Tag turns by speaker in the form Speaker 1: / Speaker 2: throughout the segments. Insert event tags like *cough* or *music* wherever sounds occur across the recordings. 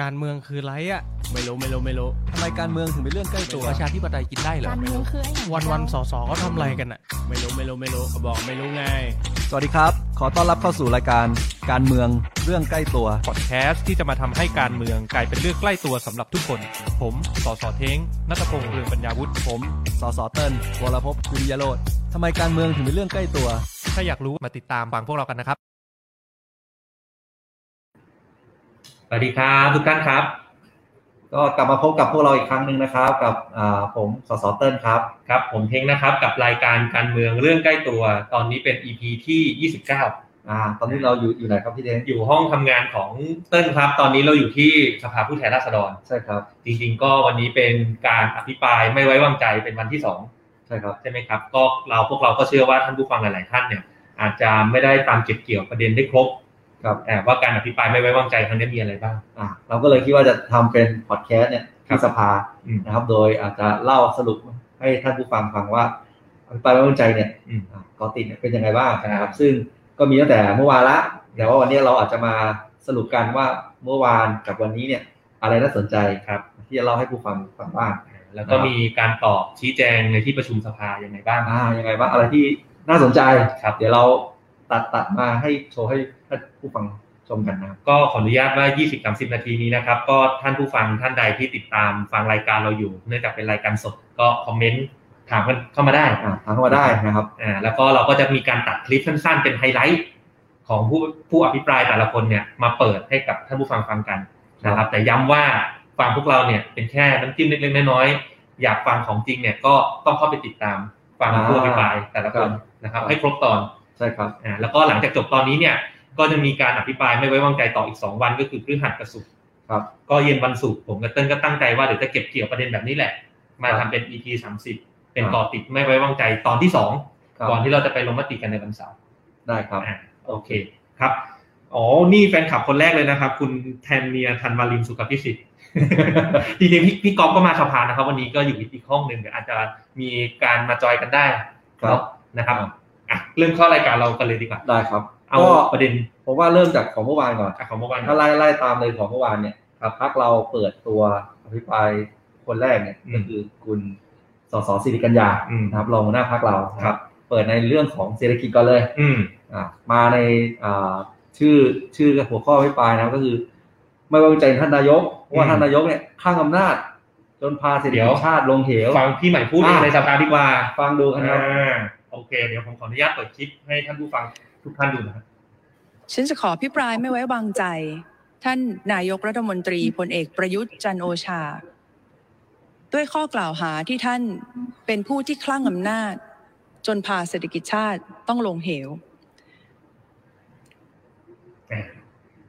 Speaker 1: การเมืองคือไรอะ
Speaker 2: ไม่รู้ไม่รู้ไม่รู้
Speaker 3: ทำไมการเมืองถึงเป็นเรื่องใกล้ตัว
Speaker 2: ไม่รู้
Speaker 3: ประชาธิปไตยกินได้เหรอ
Speaker 4: การเมืองคือไอ้หยัง
Speaker 1: วันวันๆสอสอเขาทำอะไรกันอะ
Speaker 2: ไม่รู้ไม่รู้ไม่รู้ก็บอกไม่รู้ไง
Speaker 3: สวัสดีครับ ขอต้อนรับเข้าสู่รายการการเมืองเรื่องใกล้ตัว
Speaker 5: พอดแคสต์ที่จะมาทำให้การเมืองกลายเป็นเรื่องใกล้ตัวสำหรับทุกคน ผมสอสอเท้งนัตพงษ์เรืองปัญญาวุฒิ
Speaker 3: ผมสสเติ้ลวรภพจริยโรธทำไมการเมืองถึงเป็นเรื่องใกล้ตัว
Speaker 5: ถ้าอยากรู้มาติดตามฟังพวกเรากันนะครับ
Speaker 6: สวัสดีครับทุกท่านครับ
Speaker 3: ก็กลับมาพบกับพวกเราอีกครั้งหนึ่งนะครับ กับอ่าผมสสเติ้ลครับ
Speaker 6: ครับ ผมเท้งนะครับกับรายการการเมืองเรื่องใกล้ตัว ตอนนี้เป็น EP ที่ 29
Speaker 3: อ่า ตอนนี้เราอยู่อยู่ไหนครับพี่เดน
Speaker 6: อยู่ห้องทำงานของเติ้ลครับ ตอนนี้เราอยู่ที่สภาผู้แทนราษฎร
Speaker 3: ใช่ครับ
Speaker 6: จริงๆ ก็วันนี้เป็นการอภิปรายไม่ไว้วางใจเป็นวันที่
Speaker 3: ใช่ครับ
Speaker 6: 2 ใช่ไหมครับ ก็เราพวกเราก็เชื่อว่าท่านผู้ฟังหลายๆท่านเนี่ย อาจจะไม่ได้ตามเก็บเกี่ยวประเด็นได้ครบ
Speaker 3: ครับ
Speaker 6: แต่ว่าการอภิปรายไม่ไว้วางใจครั้งนี้มีอะไรบ้าง
Speaker 3: อ่าเราก็เลยคิดว่าจะทำเป็นพอดแคสต์เนี่ยที่สภา
Speaker 6: อืม
Speaker 3: นะครับ โดยอาจจะเล่าสรุปให้ท่านผู้ฟังฟังว่าอภิปรายไม่ไว้วางใจเนี่ย
Speaker 6: อืม
Speaker 3: อ่ากอติดเนี่ยเป็นยังไงบ้างนะค
Speaker 6: ครั
Speaker 3: รับ
Speaker 6: บ
Speaker 3: ซึ่งก็มีตั้งแต่เมื่อวานละ แต่ว่าวันนี้เราอาจจะมาสรุปกันว่าเมื่อวานกับวันนี้เนี่ย อะไรน่าสนใจ
Speaker 6: ครับ
Speaker 3: ที่จะเล่าให้ผู้ฟังฟังบ้าง
Speaker 6: แล้วก็มีการตอบชี้แจงในที่ประชุมสภายังไงบ้าง
Speaker 3: อ่ายังไงบ้างอะไรที่น่าสนใจ
Speaker 6: ครับ
Speaker 3: เดี๋ยวเราตัดตัดมาให้โชว์ให้ท่านผู้ฟังชมกันนะครับ
Speaker 6: ก็ขออนุญาตว่า 20-30 นาทีนี้นะครับ ก็ท่านผู้ฟังท่านใดที่ติดตามฟังรายการเราอยู่ เนื่องจากเป็นรายการสด ก็คอมเมนต์ถามกันเข้ามาได้
Speaker 3: อ่าถามเข้ามาได้นะครับ
Speaker 6: อ่าแล้วก็เราก็จะมีการตัดคลิปสั้นๆ เป็นไฮไลท์ของผู้ผู้อภิปรายแต่ละคนเนี่ยมาเปิดให้กับท่านผู้ฟังฟังกันนะครับ แต่ย้ำว่าฟังพวกเราเนี่ยเป็นแค่น้ำจิ้มเล็กๆน้อยๆอยากฟังของจริงเนี่ยก็ต้องเข้าไปติดตามฟังผู้อภิปรายแต่ละคน
Speaker 3: ครับ
Speaker 6: นะครับ ให้ครบตอน
Speaker 3: ใช่ครับ
Speaker 6: อ่าแล้วก็หลังจากจบตอนนี้เนี่ยก็จะมีการอภิปรายไม่ไว้วางใจต่ออีก 2 วันก็คือพฤหัสกับศุกร์
Speaker 3: ครับ
Speaker 6: ก็เย็นวันศุกร์ผมกับเติ้ลก็ตั้งใจว่าเดี๋ยวจะเก็บเกี่ยวประเด็นแบบนี้แหละ มาทำเป็น EP 30 เป็นต่อติดไม่ไว้วางใจตอนที่ 2
Speaker 3: ครับ
Speaker 6: ก่อนที่เราจะไปลงมติกันในวันเสาร์
Speaker 3: ได้ครับ
Speaker 6: อ่าโอเคครับอ๋อนี่แฟนคลับคนแรกเลยนะครับ คุณแทนเนียทันวาลินสุขพิสิทธิ์ *laughs* จริงๆพี่พี่กอฟก็มาสภานะครับ วันนี้ก็อยู่อีกห้องหนึ่งเดี๋ยวอาจจะมีการมาจอยกันได้
Speaker 3: ครับ
Speaker 6: เนาะนะครับอ่ะเริ่มเข้ารายการเรากันเลยดีกว่า
Speaker 3: ได้ครับ
Speaker 6: เอา
Speaker 3: ก็
Speaker 6: ประเด็น
Speaker 3: ผมว่าเริ่มจากของเมื่อวานก่อน
Speaker 6: อ่ะของเมื่อวาน
Speaker 3: ถ้าไล่ไล่ตามเลยของเมื่อวานเนี่ยครับพักเราเปิดตัวอภิปรายคนแรกเนี่ย
Speaker 6: อืม
Speaker 3: ก็คือคุณสสสิริกัญญา
Speaker 6: อืม
Speaker 3: นะครับรองหัวหน้าพักเรานะครับ เปิดในเรื่องของเศรษฐกิจก่อนเลย
Speaker 6: อืม
Speaker 3: อ่ะมาในอ่าชื่อชื่อหัวข้อไม่ปลายนะครับก็คือ ไม่ไว้วางใจท่านนายกเพราะว่า
Speaker 6: อืม
Speaker 3: ท่านนายกเนี่ยข้างอำนาจ จนพาเศรษฐ
Speaker 6: เดี๋
Speaker 3: กิ
Speaker 6: ย
Speaker 3: จ
Speaker 6: ว
Speaker 3: ชาติลงเหว
Speaker 6: ฟังพี่ใหม่พูดเอง
Speaker 3: อ่ะ
Speaker 6: ในสภาดีกว่า
Speaker 3: ฟังดูกันนะ
Speaker 6: อ่าโอเค เดี๋ยวผมขออนุญาตเปิดคลิปให้ท่านผู้ฟังทุกท่านดูนะครับ
Speaker 7: ฉันจะขอพิปรายไม่ไว้วางใจ ท่านนายกรัฐมนตรีพลเอกประยุทธ์จันทร์โอชา ด้วยข้อกล่าวหาที่ท่านเป็นผู้ที่คลั่งอำนาจ จนพาเศรษฐกิจชาติต้องลงเหว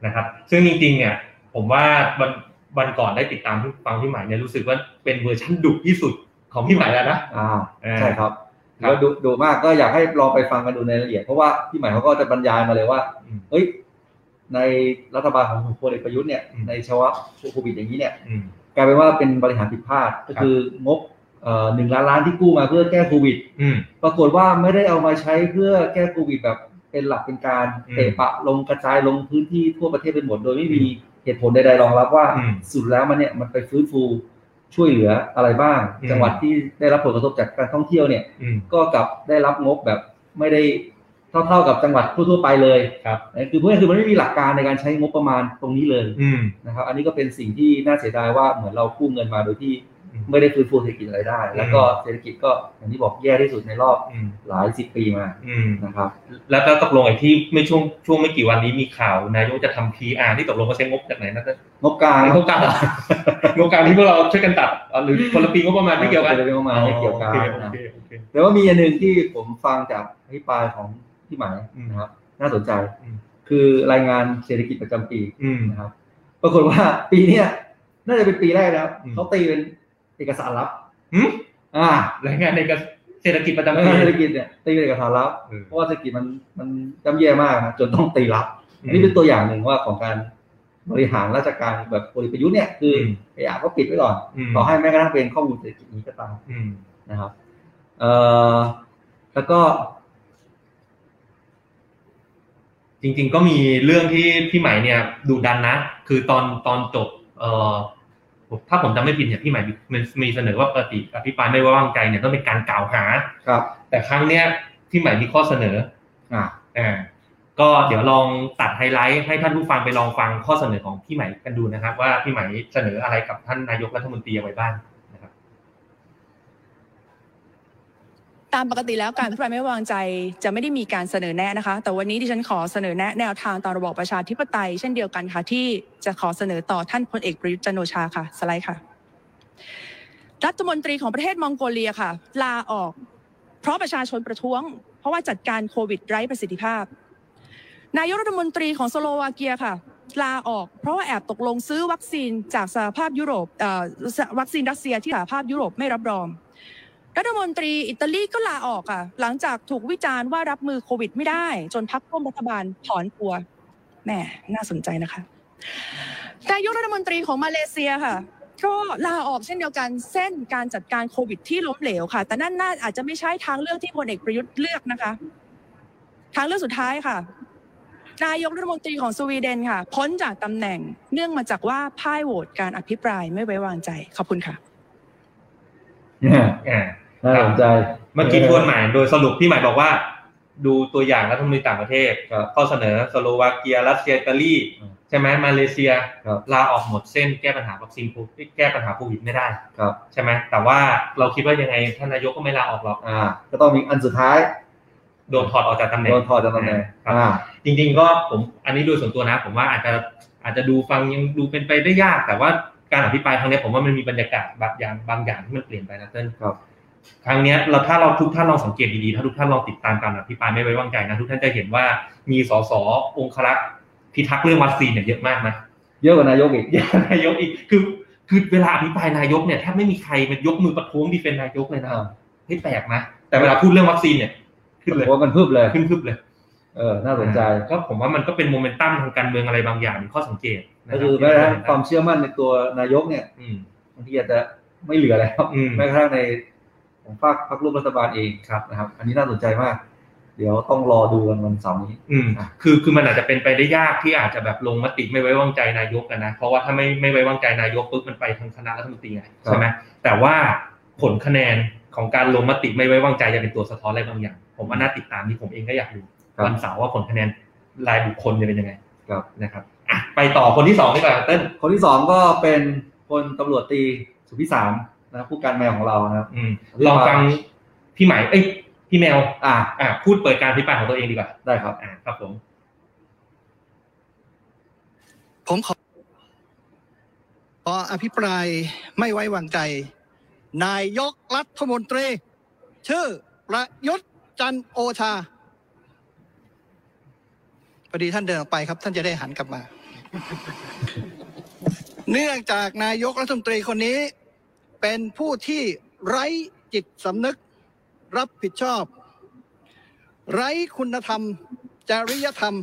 Speaker 6: นะครับ ซึ่งจริงๆ เนี่ย ผมว่าวันวันก่อนได้ติดตามที่ฟังพี่ใหม่เนี่ยรู้สึกว่าเป็นเวอร์ชั่นดุที่สุดของพี่ใหม่แล้วนะ
Speaker 3: อ่า
Speaker 6: อ่า
Speaker 3: ใช่ครับ
Speaker 6: ครับ
Speaker 3: แล้วดูดูมากก็อยากให้ลองไปฟังกันดูในรายละเอียด เพราะว่าพี่ใหม่เขาก็จะบรรยายมาเลยว่า
Speaker 6: อืม
Speaker 3: เอ้ย ในรัฐบาลของพลเอกประยุทธ์เนี่ย
Speaker 6: อืม
Speaker 3: ในชาวะโควิดอย่างนี้เนี่ย
Speaker 6: อืม
Speaker 3: กลายเป็นว่าเป็นบริหารผิดพลาดก็
Speaker 6: ครับ
Speaker 3: คืองบเอ่อหนึ่งล้านล้านที่กู้มาเพื่อแก้โควิด
Speaker 6: อืม
Speaker 3: ปรากฏว่าไม่ได้เอามาใช้เพื่อแก้โควิดแบบเป็นหลักเป็นการ
Speaker 6: อืม
Speaker 3: เตะปะลงกระจายลงพื้นที่ทั่วประเทศไปหมดโดยไม่มีเหตุผลใดๆรองรับว่า
Speaker 6: อืม
Speaker 3: สุดแล้วมันเนี่ยมันไปฟื้นฟูช่วยเหลืออะไรบ้าง
Speaker 6: อืม
Speaker 3: จังหวัดที่ได้รับผลกระทบจากการท่องเที่ยวเนี่ย
Speaker 6: อืม
Speaker 3: ก็กลับได้รับงบแบบไม่ได้เท่าๆกับจังหวัดทั่วๆไปเลย
Speaker 6: ครับ
Speaker 3: นั่นคือเพื่อนคือมันไม่มีหลักการในการใช้งบประมาณตรงนี้เลย
Speaker 6: อืม
Speaker 3: นะครับ อันนี้ก็เป็นสิ่งที่น่าเสียดายว่าเหมือนเรากู้เงินมาโดยที่
Speaker 6: อืม
Speaker 3: ไม่ได้ฟื้นฟูเศรษฐกิจอะไรได้ แล้วก็เศรษฐกิจก็อย่างที่บอกแย่ที่สุดในรอบ
Speaker 6: อืม
Speaker 3: หลายสิบปีมา
Speaker 6: อืม
Speaker 3: นะครับ
Speaker 6: แล้วก็ตกลงไอ้ที่ไม่ช่วงช่วงไม่กี่วันนี้มีข่าวนายกจะทำ PR ที่ตกลงว่าใช้งบจากไหนนะ
Speaker 3: งบกลาง
Speaker 6: งบ *laughs* กลางงบกลางที่พวกเราช่วยกันตัดอ๋อหรือคนละปีงบประมาณไม่เกี่ยวกัน
Speaker 3: จะเป็นประมาณไม่เกี่ยวกัน
Speaker 6: อ๋อโอ
Speaker 3: นะ
Speaker 6: เคโอเคโอเค
Speaker 3: แต่ว่ามีอันหนึ่งที่ผมฟังจากอภิปรายของพี่หมายนะครับ น่าสนใจ
Speaker 6: อืม
Speaker 3: คือรายงานเศรษฐกิจประจำปี
Speaker 6: อืม
Speaker 3: นะครับ ปรากฏว่าปีเนี้ยน่าจะเป็นปีแรกแล้ว
Speaker 6: อืม
Speaker 3: เขาตีเป็นเอกสารลับ
Speaker 6: หืม
Speaker 3: อ่าร
Speaker 6: ายงานในกระเศรษฐกิจประจำ
Speaker 3: ราย
Speaker 6: ปี
Speaker 3: งานเศรษฐกิจเนี่ยตีเป็นเอกสารลับ
Speaker 6: เออ
Speaker 3: เพราะว่าเศรษฐกิจมันมันจำแย่มากนะจนต้องตีลับ อันนี้เป็นตัวอย่างหนึ่งว่าของการบริหารราชการแบบพลเอกประยุทธ์เนี่ยคือไอ้อ่ะก็ปิดไว้ก่อน
Speaker 6: ม
Speaker 3: ต่อให้แม้กระทั่งเป็นข้อมูลเศรษฐกิจนี้ก็ตาม
Speaker 6: อืม
Speaker 3: นะครับ เอ่อแล้วก็
Speaker 6: จริง ๆ ก็มีเรื่องที่พี่ใหม่เนี่ยดูดันนะ คือตอนตอนจบ เออผมถ้าผมจำไม่ผิดเนี่ยพี่หมายมันมีเสนอว่าปกติอภิปรายไม่ไว้วางใจเนี่ยต้องเป็นการกล่าวหา
Speaker 3: ครับ
Speaker 6: แต่ครั้งเนี้ยพี่หมายมีข้อเสนอ
Speaker 3: อ่า
Speaker 6: อ่าก็เดี๋ยวลองตัดไฮไลท์ให้ท่านผู้ฟังไปลองฟังข้อเสนอของพี่ไหมกันดูนะครับ ว่าพี่ไหมเสนออะไรกับท่านนายกรัฐมนตรีเอาไว้บ้างนะครับ
Speaker 7: ตามปกติแล้วการอภิปรายไม่ไว้วางใจจะไม่ได้มีการเสนอแนะนะคะ แต่วันนี้ที่ฉันขอเสนอแนะแนวทางต่อระบอบประชาธิปไตยเช่นเดียวกันค่ะที่จะขอเสนอต่อท่านพลเอกประยุทธ์จันทร์โอชาค่ะสไลด์ค่ะ รัฐมนตรีของประเทศมองโกเลียค่ะ ลาออก เพราะประชาชนประท้วง เพราะว่าจัดการโควิดไร้ประสิทธิภาพ นายกรัฐมนตรีของสโลวาเกียค่ะ ลาออก เพราะว่าแอบตกลงซื้อวัคซีนจากสหภาพยุโรปเอ่อวัคซีนรัสเซียที่สหภาพยุโรปไม่รับรอง รัฐมนตรีอิตาลีก็ลาออกอ่ะ หลังจากถูกวิจารณ์ว่ารับมือโควิดไม่ได้ จนพักร่วมรัฐบาลถอนตัวแหมน่าสนใจนะคะนายกรัฐมนตรีของมาเลเซียค่ะ ก็ลาออกเช่นเดียวกันเส้นการจัดการโควิดที่ล้มเหลวค่ะ แต่นั่นน่าอาจจะไม่ใช่ทางเลือกที่พลเอกประยุทธ์เลือกนะคะ ทางเลือกสุดท้ายค่ะ นายกรัฐมนตรีของสวีเดนค่ะ พ้นจากตำแหน่งเนื่องมาจากว่าพ่ายโหวตการอภิปรายไม่ไว้วางใจขอบคุณค่ะ
Speaker 3: เนี่ย
Speaker 6: อ่า
Speaker 3: น่าสนใจ
Speaker 6: เมื่อกี้ทวนใหม่โดยสรุปพี่หมายบอกว่า ดูตัวอย่างรัฐมนตรีต่างประเทศ
Speaker 3: ครับ
Speaker 6: ข้อเสนอสโลวาเกียรัสเซียอิตาลี
Speaker 3: อืม
Speaker 6: ใช่ไหมมาเลเซีย
Speaker 3: ครับ
Speaker 6: ลาออกหมดเส้นแก้ปัญหาวัคซีนโควิดแก้ปัญหาโควิดไม่ได้
Speaker 3: ครับ
Speaker 6: ใช่ไหมแต่ว่าเราคิดว่ายังไงท่านนายกก็ไม่ลาออกหรอก
Speaker 3: อ่า ก็ต้องมีอันสุดท้าย
Speaker 6: โดนถอดออกจากตำแหน่
Speaker 3: โด
Speaker 6: ง
Speaker 3: นถอดจากตำแหน่ง
Speaker 6: ครับ
Speaker 3: อ่า
Speaker 6: จริงๆก็ผมอันนี้โดยส่วนตัวนะ ผมว่าอาจจะอาจจะดูฟังยังดูเป็นไปได้ยาก แต่ว่าการอภิปรายครั้งเนี้ยผมว่ามันมีบรรยากาศบางอย่างบางอย่างที่มันเปลี่ยนไปนะเต้น
Speaker 3: ครับ
Speaker 6: ครั้งเนี้ยเราถ้าเราทุกท่านลองสังเกตดีๆถ้าทุกท่านลองติดตามการอภิปรายไม่ไว้วางใจนะทุกท่านจะเห็นว่ามีสสองครักษ์พิทักษ์เรื่องวัคซีนเนี่ยเยอะมากนะ *laughs*
Speaker 3: เยอะกว่านายกอีก
Speaker 6: แย่นายกอีกคือคือเวลาอภิปรายนายกเนี่ยแทบไม่มีใครมันยกมือประท้วงดีเฟนนายกเลยนะ
Speaker 3: อ่า
Speaker 6: เฮ้ยแปลกนะแต่เวลาพูดเรื่องวัคซีนเนี่ยขึ้นเลย
Speaker 3: โอ้กันพึบเลย
Speaker 6: ขึ้นพึบเลย
Speaker 3: เออ น่าสนใจ
Speaker 6: ก็ผมว่ามันก็เป็นโมเมนตัมทางการเมืองอะไรบางอย่างเป็นข้อสังเกตนะรั
Speaker 3: ก็
Speaker 6: บ
Speaker 3: คือแม้กระทั่งความเชื่อมั่นในตัวนายกเนี่ย
Speaker 6: อืม
Speaker 3: บางทีอาจจะไม่เหลือแล้ว
Speaker 6: อืม
Speaker 3: แม้กระทั่งในของภาคพรรคร่วมรัฐบาลเอง
Speaker 6: ครับ
Speaker 3: นะครับ อันนี้น่าสนใจมาก เดี๋ยวต้องรอดูกันวันเสาร์นี้
Speaker 6: อืม
Speaker 3: อ่ะ
Speaker 6: คือคือมันอาจจะเป็นไปได้ยากที่อาจจะแบบลงมติไม่ไว้วางใจนายกอะนะเพราะว่าถ้าไม่ไม่ไว้วางใจนายกปุ๊บมันไปทางคณะรัฐมนตรีไงใช่ไหมแต่ว่าผลคะแนนของการลงมติไม่ไว้วางใจจะเป็นตัวสะท้อนอะไรบางอย่าง ผมว่าน่าติดตามนี่ผมเองก็อยากดู
Speaker 3: ครับ
Speaker 6: วันเสาร์ว่าผลคะแนนรายบุคคลจะเป็นยังไง
Speaker 3: ครับ
Speaker 6: นะครับอ่ะไปต่อคนที่สองดีกว่าเต้น
Speaker 3: คนที่สองก็เป็นพลตำรวจตรีสุพิสารนะครับผู้การแมวของเรานะครับ
Speaker 6: อืมลองฟังพี่ไหมายเอ้ยพี่แมว
Speaker 3: อ่า
Speaker 6: อ่ะพูดเปิดการพิปรายของตัวเองดีกว่า
Speaker 3: ได้ครับ
Speaker 6: อ่ะครับผม
Speaker 4: ผมขอขออภิปรายไม่ไว้วางใจ นายกรัฐมนตรี ชื่อประยุทธ์จันทร์โอชาพอดีท่านเดินออกไปครับ ท่านจะได้หันกลับมา เนื่องจากนายกรัฐมนตรีคนนี้ เป็นผู้ที่ไร้จิตสำนึก รับผิดชอบ ไร้คุณธรรม จริยธรรม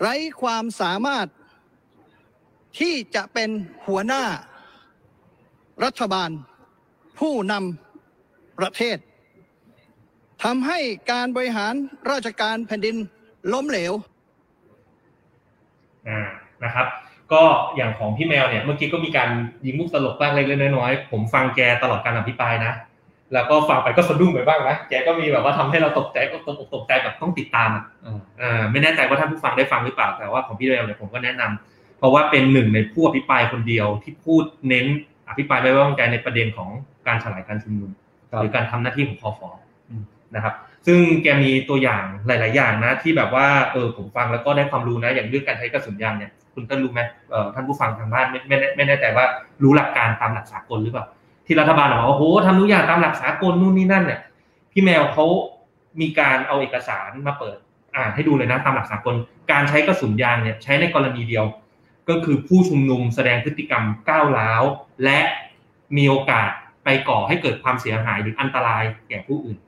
Speaker 4: ไร้ความสามารถ ที่จะเป็นหัวหน้า รัฐบาล ผู้นำประเทศทำให้การบริหารราชการแผ่นดินล้มเหลว
Speaker 6: อ่านะครับ ก็อย่างของพี่แมวเนี่ย เมื่อกี้ก็มีการยิงมุกตลกบ้างเล็กๆน้อยๆ ผมฟังแกตลอดการอภิปรายนะ แล้วก็ฟังไปก็สะดุ้งไปบ้างนะ แกก็มีแบบว่าทำให้เราตกใจตกอกตกใจแบบต้องติดตามอะ เอ่อไม่แน่ใจว่าท่านผู้ฟังได้ฟังหรือเปล่าแต่ว่าของพี่เรวเนี่ยผมก็แนะนำเพราะว่าเป็นหนึ่งในผู้อภิปรายคนเดียวที่พูดเน้นอภิปรายไม่ไว้วางใจในประเด็นของการสลายการชุมนุม
Speaker 3: ครับ
Speaker 6: หรือการทำหน้าที่ของคอฟอ
Speaker 3: อืม
Speaker 6: นะครับ ซึ่งแกมีตัวอย่างหลาย ๆ อย่างนะ ที่แบบว่าเออผมฟังแล้วก็ได้ความรู้นะอย่างเรื่องการใช้กระสุนยางเนี่ยคุณต้นรู้ไหมเออท่านผู้ฟังทางบ้านไม่ไม่แน่ไม่แน่ใจว่ารู้หลักการตามหลักสากลหรือเปล่า ที่รัฐบาลบอกว่าโอ้โหทำทุกอย่างตามหลักสากลนู่นนี่นั่นเนี่ย พี่แมวเขามีการเอาเอกสารมาเปิด อ่านให้ดูเลยนะตามหลักสากล การใช้กระสุนยางเนี่ยใช้ในกรณีเดียว ก็คือผู้ชุมนุมแสดงพฤติกรรมก้าวร้าว และมีโอกาสไปก่อให้เกิดความเสียหายหรืออันตรายแก่ผู้อื่น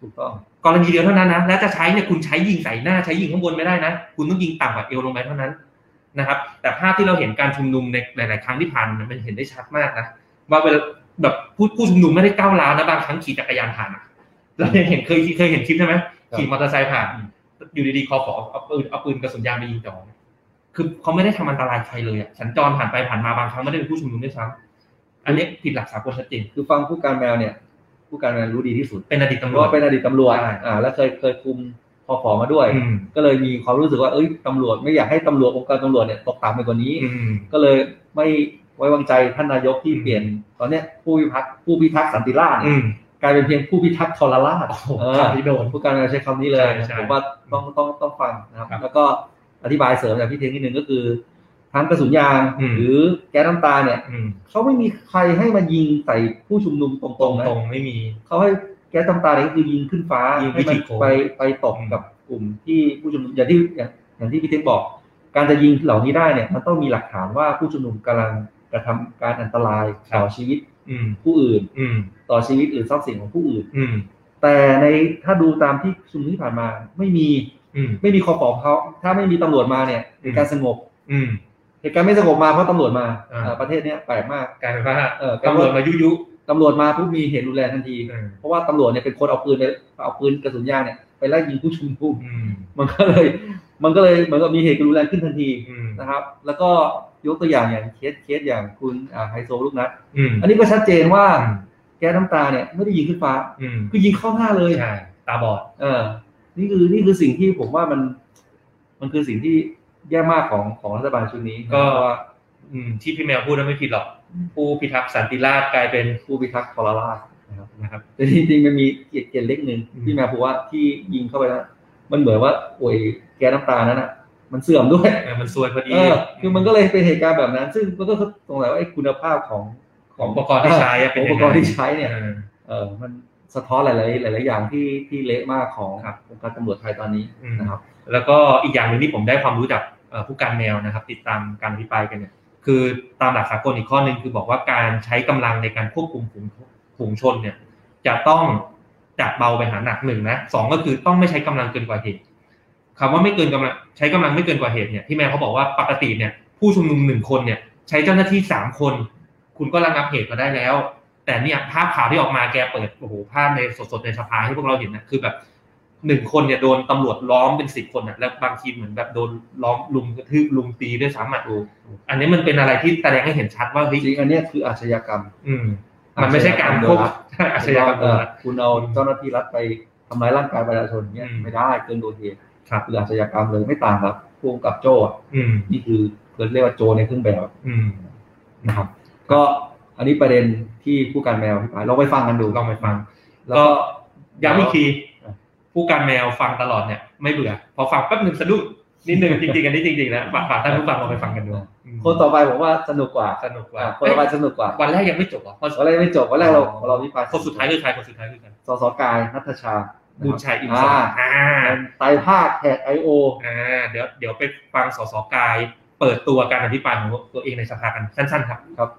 Speaker 3: ถูกต้อง
Speaker 6: กรณีเดียวเท่านั้นนะ และจะใช้เนี่ยคุณใช้ยิงใส่หน้าใช้ยิงข้างบนไม่ได้นะ คุณต้องยิงต่ำกว่าเอวลงไปเท่านั้นนะครับ แต่ภาพที่เราเห็นการชุมนุมในหลาย ๆ ครั้งที่ผ่านมามันเห็นได้ชัดมากนะว่าเวลาแบบผู้ผู้ชุมนุมไม่ได้ก้าวร้าวนะบางครั้งขี่จักรยานผ่านอะเรายังเห็นเคยเคยเห็นคลิปใช่ไหม
Speaker 3: ครับ
Speaker 6: ขี่มอเตอร์ไซค์ผ่านอยู่ดี ๆ คอขอเอาปืนเอาปืนกระสุนยางไปยิงจ่อ คือเขาไม่ได้ทำอันตรายใครเลยอ่ะสัญจรผ่านไปผ่านมาบางครั้งไม่ได้เป็นผู้ชุมนุมด้วยซ้ำอันนี้ผิดหลักสากลชัดเจน
Speaker 3: คือฟังผู้การแมวเนี่ย ผู้การแมวรู้ดีที่สุด
Speaker 6: เป็นอดีตตำร
Speaker 3: เพ
Speaker 6: วจ
Speaker 3: ราะเป็นอดีตตำรวจ
Speaker 6: ใช่
Speaker 3: อ่า แล้วเคยเคยคุมพอขอมาด้วย
Speaker 6: อืม
Speaker 3: ก็เลยมีความรู้สึกว่าเอ้ยตำรวจไม่อยากให้ตำรวจองค์การตำรวจเนี่ยตกต่ำไปกว่านี้
Speaker 6: อืม
Speaker 3: ก็เลยไม่ไว้วางใจท่านนายกที่เปลี่ยน ตอนเนี้ยผู้พิพักษ์ผู้พิทักษ์สันติราษฎร์
Speaker 6: อืม
Speaker 3: กลายเป็นเพียงผู้พิทักษ์ทรราช
Speaker 6: โอ้โห
Speaker 3: เออ
Speaker 6: คำที่โดน
Speaker 3: ผู้การใช้คำนี้เลย
Speaker 6: ใช่ใช่
Speaker 3: ผมว่าต้องต้องต้องฟังนะครับ
Speaker 6: ครับ
Speaker 3: แล้วก็อธิบายเสริมจากพี่เทงนิดนึงก็คือทั้งกระสุนยาง
Speaker 6: อืม
Speaker 3: หรือแก๊สน้ำตาเนี่ย
Speaker 6: อืม
Speaker 3: เขาไม่มีใครให้มายิงใส่ผู้ชุมนุมตรงๆนะ
Speaker 6: ตรงๆไม่มี
Speaker 3: เขาให้แก๊สน้ำตาเนี่ยก็คือยิงขึ้นฟ้า
Speaker 6: ยิง
Speaker 3: ให้
Speaker 6: วิถี
Speaker 3: มัน
Speaker 6: โค้ง
Speaker 3: ไปไปตก
Speaker 6: อืม
Speaker 3: กับกลุ่มที่ผู้ชุมนุมอย่างที่อย่างอย่างที่พี่เทงบอก การจะยิงเหล่านี้ได้เนี่ย มันต้องมีหลักฐานว่าผู้ชุมนุมกำลังกระทำการอันตรายต่อชีวิต
Speaker 6: อืม
Speaker 3: ผู้อื่น
Speaker 6: อืม
Speaker 3: ต่อชีวิตหรือทรัพย์สินของผู้อื่น
Speaker 6: อืม
Speaker 3: แต่ในถ้าดูตามที่ชุมนุมที่ผ่านมา ไม่มี
Speaker 6: อืม
Speaker 3: ไม่มีคอปอกเขาถ้าไม่มีตำรวจมาเนี่ยเหตุการณ์สงบ
Speaker 6: อืม
Speaker 3: เหตุการณ์ไม่สงบมาเพราะตำรวจมา
Speaker 6: อ่า
Speaker 3: เออประเทศเนี้ยแปลกมาก
Speaker 6: กลายเป็นว่า
Speaker 3: เออ
Speaker 6: ตำรวจมายุยุ
Speaker 3: ตำรวจมาปุ๊บมีเหตุรุนแรงทันที
Speaker 6: อืม
Speaker 3: เพราะว่าตำรวจเนี่ยเป็นคนเอาปืนไปเอาปืนกระสุนยางเนี่ยไปไล่ยิงผู้ชุมนุม
Speaker 6: อืม
Speaker 3: มันก็เลย มันก็เลยเหมือนกับมีเหตุรุนแรงขึ้นทันที
Speaker 6: อืม
Speaker 3: นะครับ แล้วก็ยกตัวอย่างอย่างเคสเคสอย่างคุณอ่าไฮโซลูกนัด
Speaker 6: อืม
Speaker 3: อันนี้ก็ชัดเจนว่า
Speaker 6: อืม
Speaker 3: แก๊สน้ำตาเนี่ยไม่ได้ยิงขึ้นฟ้า
Speaker 6: อืม
Speaker 3: คือยิงเข้าหน้าเลย
Speaker 6: ใช่ตาบอด
Speaker 3: เออ นี่คือนี่คือสิ่งที่ผมว่ามัน มันคือสิ่งที่แย่มากของของรัฐบาลชุดนี้
Speaker 6: ก็
Speaker 3: เพราะว่า
Speaker 6: อืมที่พี่แมวพูดนั้นไม่ผิดหรอก ผู้พิทักษ์สันติราษฎร์กลายเป็น
Speaker 3: ผู้พิทักษ์ทรราชนะครับ
Speaker 6: นะครับ
Speaker 3: แต่จริงๆมันมีเกล็ดเกล็ดเล็กหนึ่ง
Speaker 6: อืม
Speaker 3: ที่แม่พูดว่าที่ยิงเข้าไปแล้วมันเหมือนว่าโอ้ยแก๊สน้ำตานั้นอ่ะ มันเสื่อมด้วย
Speaker 6: เออมันซวยพอดี
Speaker 3: เออ คือมันก็เลยเป็นเหตุการณ์แบบนั้น ซึ่งมันก็สงสัยว่าไอ้คุณภาพของ
Speaker 6: ของอุปกรณ์ที่ใช้อะ
Speaker 3: ข
Speaker 6: เป็
Speaker 3: อน งอุ
Speaker 6: ยัง
Speaker 3: ป
Speaker 6: ไง
Speaker 3: กรณ์ที่ใช้เนี่ย
Speaker 6: ออ
Speaker 3: เออมันสะท้อนหลายๆหลายๆอย่างที่ที่เละมากของ
Speaker 6: ครับ
Speaker 3: องค์การตำรวจไทยตอนนี้
Speaker 6: อืม
Speaker 3: นะครับ
Speaker 6: แล้วก็อีกอย่างหนึ่งที่ผมได้ความรู้จากเอ่อผู้การแมวนะครับ ติดตามการอภิปรายกันเนี่ยคือตามหลักสากลอีกข้อหนึ่งคือบอกว่าการใช้กำลังในการควบคุมฝูงฝูงชนเนี่ยจะต้องจากเบาไปหาหนักหนึ่งนะสองก็คือต้องไม่ใช้กำลังเกินกว่าเหตุคำว่าไม่เกินกำลังใช้กำลังไม่เกินกว่าเหตุเนี่ยที่แม่เขาบอกว่าปกติเนี่ยผู้ชุมนุมหนึ่งคนเนี่ยใช้เจ้าหน้าที่สามคน คุณก็ระงับเหตุมาได้แล้ว แต่เนี่ยภาพข่าวที่ออกมาแกเปิดโอ้โหภาพในสดๆในสภาให้พวกเราเห็นนะคือแบบหนึ่งคนเนี่ยโดนตำรวจล้อมเป็นสิบคนอ่ะแล้วบางทีเหมือนแบบโดนล้อมลุมกระทืบลุมตีด้วยซ้ำอ่ะอันนี้มันเป็นอะไรที่แสดงให้เห็นชัดว่า
Speaker 3: จ
Speaker 6: เฮ้ย
Speaker 3: ริงๆอันเนี้ยคืออาชญากรรม
Speaker 6: อืม มันไม่ใช่การควบ *laughs* อาชญากรรมโด
Speaker 3: เอ
Speaker 6: ย
Speaker 3: อ
Speaker 6: รัฐ
Speaker 3: คุณเอาเจ้าหน้าที่รัฐไปทำร้ายร่างกายประชาชนเนี่ย
Speaker 6: อืม
Speaker 3: ไม่ได้เกินโดยเหตุ
Speaker 6: ครับ
Speaker 3: คืออาชญากรรมเลยไม่ต่างครับพ่วงกับโจ้อะ
Speaker 6: อืม
Speaker 3: นี่คือเราเรียกว่าโจรในเครื่องแบบ
Speaker 6: อืม
Speaker 3: นะครับ ก็อันนี้ประเด็นที่ผู้การแมวพี่ปายลองไปฟังกันดู
Speaker 6: ลองไปฟัง
Speaker 3: แล้ว
Speaker 6: ก็
Speaker 3: ก็
Speaker 6: ย้ำอีกที
Speaker 3: อ่ะ
Speaker 6: ผู้การแมวฟังตลอดเนี่ยไม่เบื่อ พอฟังแป๊บหนึ่งสะดุ้งนิดหนึ่งจริงๆอันนี้จริงๆนะฝากฝากท่านผู้ฟังลองไปฟังกันดู
Speaker 3: คนต่อไปผมว่าสนุกกว่า
Speaker 6: สนุกว่า
Speaker 3: อ่ะคนต่อไปสนุกกว่า
Speaker 6: วันแรกยังไม่จบเหรอวัน
Speaker 3: วันแรกไม่จบวันแรกเราเราพี่ปาย
Speaker 6: คนสุดท้ายคือใครคนสุดท้ายคือใคร
Speaker 3: สสกายนัทชา
Speaker 6: บุญชัยอินทราอ่า
Speaker 3: ไตรภาคแขกไอโอ
Speaker 6: อ่าเดี๋ยวเดี๋ยวไปฟังสสกาย เปิดตัวการอภิปรายของตัวเองในสภากันสั้นๆครับ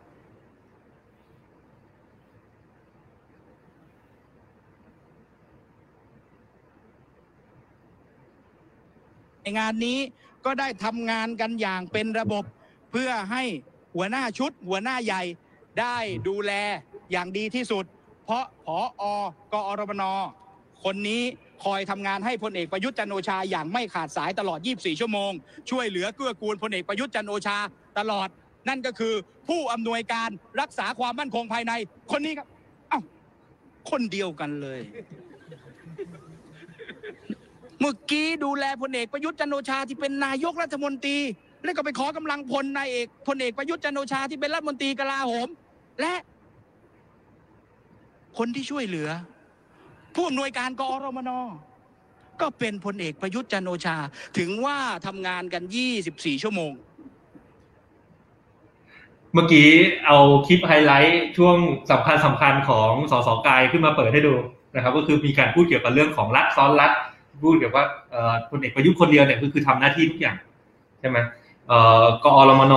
Speaker 8: ในงานนี้ก็ได้ทำงานกันอย่างเป็นระบบ เพื่อให้หัวหน้าชุด หัวหน้าใหญ่ได้ดูแลอย่างดีที่สุด เพราะผออกอรมนคนนี้คอยทำงานให้พลเอกประยุทธ์จันทร์โอชาอย่างไม่ขาดสายตลอด 24 ชั่วโมง ช่วยเหลือเกื้อกูลพลเอกประยุทธ์จันทร์โอชาตลอด นั่นก็คือผู้อำนวยการรักษาความมั่นคงภายใน คนนี้ครับเอ้าคนเดียวกันเลย เมื่อกี้ดูแลพลเอกประยุทธ์จันทร์โอชาที่เป็นนายกรัฐมนตรี แล้วก็ไปขอกำลังพลนายเอกพลเอกประยุทธ์จันทร์โอชาที่เป็นรัฐมนตรีกลาโหม และ คนที่ช่วยเหลือ ผู้อำนวยการกอรมนก็เป็นพลเอกประยุทธ์จันทร์โอชา ถึงว่าทำงานกัน 24 ชั่วโมง
Speaker 6: เมื่อกี้เอาคลิปไฮไลท์ช่วงสำคัญสำคัญของสสกายขึ้นมาเปิดให้ดูนะครับ ก็คือมีการพูดเกี่ยวกับเรื่องของรัฐซ้อนรัฐพูดเกี่ยวกับเอ่อพลเอกประยุทธ์คนเดียวเนี่ยคือคือทำหน้าที่ทุกอย่างใช่ไหมเอ่อกอรมน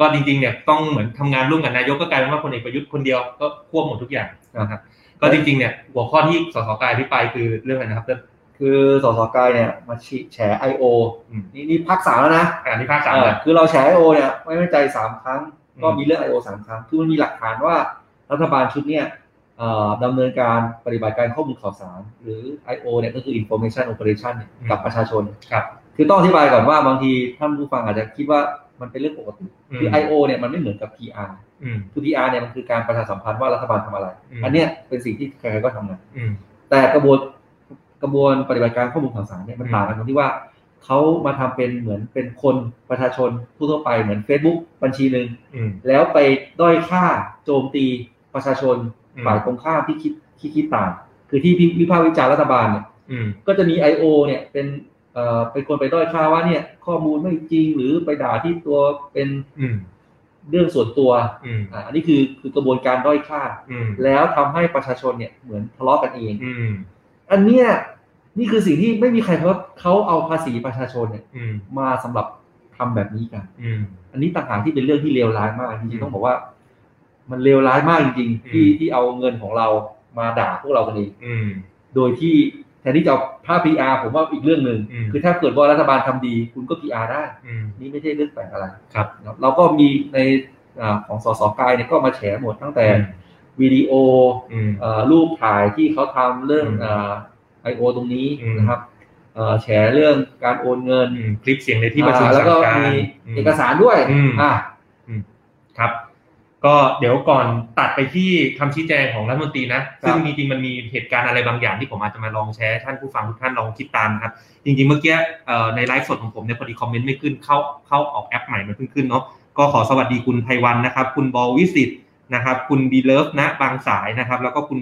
Speaker 6: ก็จริงๆเนี่ยต้องเหมือนทำงานร่วมกับนายกก็กลายเป็นว่าพลเอกประยุทธ์คนเดียวก็ควบหมดทุกอย่างนะครับก็จริงๆเนี่ยหัวข้อที่สสกายพิปรายคือเรื่องอะไรนะครับเรื่อง
Speaker 3: คือสสกายเนี่ยมาฉีแฉไอโอ
Speaker 6: อืม
Speaker 3: นี่นี่พักสามแล้วนะ
Speaker 6: อ่านที่ภาคสาม
Speaker 3: เออ
Speaker 6: นะ
Speaker 3: คือเราแฉไอโอเนี่ยไม่ไว้ใจสามครั้ง ก็
Speaker 6: อืม
Speaker 3: มีเรื่องไอโอสามครั้งคือมันมีหลักฐานว่ารัฐบาลชุดเนี่ยเอ่อดำเนินการปฏิบัติการข้อมูลข่าวสาร หรือ I.O. เนี่ยก็คือ Information Operation เนี่ยกับประชาชน
Speaker 6: ครับ
Speaker 3: คือต้องอธิบายก่อนว่าบางทีท่านผู้ฟังอาจจะคิดว่ามันเป็นเรื่องปกติ คือ IO เนี่ยมันไม่เหมือนกับ PR
Speaker 6: อืม
Speaker 3: คือ PR เนี่ยมันคือการประชาสัมพันธ์ว่ารัฐบาลทำอะไร
Speaker 6: อืม
Speaker 3: อันเนี้ยเป็นสิ่งที่ใครๆก็ทำนะ
Speaker 6: อืม
Speaker 3: แต่กระบวนกระบวนปฏิบัติการข้อมูลข่าวสารเนี่ยมันต่างกันตรงที่ว่าเขามาทำเป็นเหมือนเป็นคนประชาชนทั่วๆไปเหมือน Facebook บัญชีหนึ่ง
Speaker 6: อืม
Speaker 3: แล้วไปด้อยค่าโจมตีประชาชน
Speaker 6: อืม
Speaker 3: ฝ่ายตรงข้ามที่คิดที่คิดต่าง คือที่วิพากษ์วิจารณ์รัฐบาลเนี่ย
Speaker 6: อืม
Speaker 3: ก็จะมี I.O. เนี่ยเป็นเอ่อเป็นคนไปด้อยค่าว่าเนี่ยข้อมูลไม่จริงหรือไปด่าที่ตัวเป็น
Speaker 6: อืม
Speaker 3: เรื่องส่วนตัว
Speaker 6: อืม
Speaker 3: อ่ะอันนี้คือคือกระบวนการด้อยค่า
Speaker 6: อืม
Speaker 3: แล้วทำให้ประชาชนเนี่ยเหมือนทะเลาะกันเอง
Speaker 6: อืม
Speaker 3: อันเนี้ยนี่คือสิ่งที่ไม่มีใครเขาเขาเอาภาษีประชาชนเนี่ย
Speaker 6: อืม
Speaker 3: มาสำหรับทำแบบนี้กัน
Speaker 6: อืม
Speaker 3: อันนี้ต่างหากที่เป็นเรื่องที่เลวร้ายมากจ
Speaker 6: อื
Speaker 3: ริ
Speaker 6: ม
Speaker 3: งๆต้องบอกว่า มันเลวร้ายมากจริง
Speaker 6: อืม
Speaker 3: ๆที่ที่เอาเงินของเรามาด่าพวกเรากันเอง
Speaker 6: อืม
Speaker 3: โดยที่แทนที่จะเอาภาพ PR ผมว่าอีกเรื่องหนึ่ง
Speaker 6: อืม
Speaker 3: คือถ้าเกิดว่ารัฐบาลทำดี คุณก็ PR ได้
Speaker 6: อืม
Speaker 3: นี่ไม่ใช่เรื่องแปลกอะไร
Speaker 6: ครับ
Speaker 3: นะเราก็มีในอ่าของสสกายเนี่ยก็มาแฉหมดตั้งแต่วิดีโอ
Speaker 6: อืม
Speaker 3: เอ่อรูปถ่ายที่เขาทำเรื่อง
Speaker 6: อืม
Speaker 3: ไอโอตรงนี้
Speaker 6: อืม
Speaker 3: นะครับเอ่อแฉเรื่องการโอนเงิน
Speaker 6: อืม คลิปเสียงในที่ประชุม
Speaker 3: อ่าแล้วก็
Speaker 6: สั่งการ
Speaker 3: มีเอกสารด้วย
Speaker 6: อืม
Speaker 3: อ่า
Speaker 6: ครับ ก็เดี๋ยวก่อนตัดไปที่คำชี้แจงของรัฐมนตรีนะ ซึ่งจริงๆมันมีเหตุการณ์อะไรบางอย่างที่ผมอาจจะมาลองแชร์ให้ท่านผู้ฟังทุกท่านลองคิดตามนะครับ จริงๆเมื่อกี้เอ่อในไลฟ์สดของผมเนี่ยพอดีคอมเมนต์ไม่ขึ้นเข้าเข้าออกแอปใหม่มันเพิ่งขึ้นเนาะก็ขอสวัสดีคุณไพวันนะครับ คุณบอลวิสิตนะครับ คุณบีเลิฟนะบางสายนะครับ แล้วก็คุณ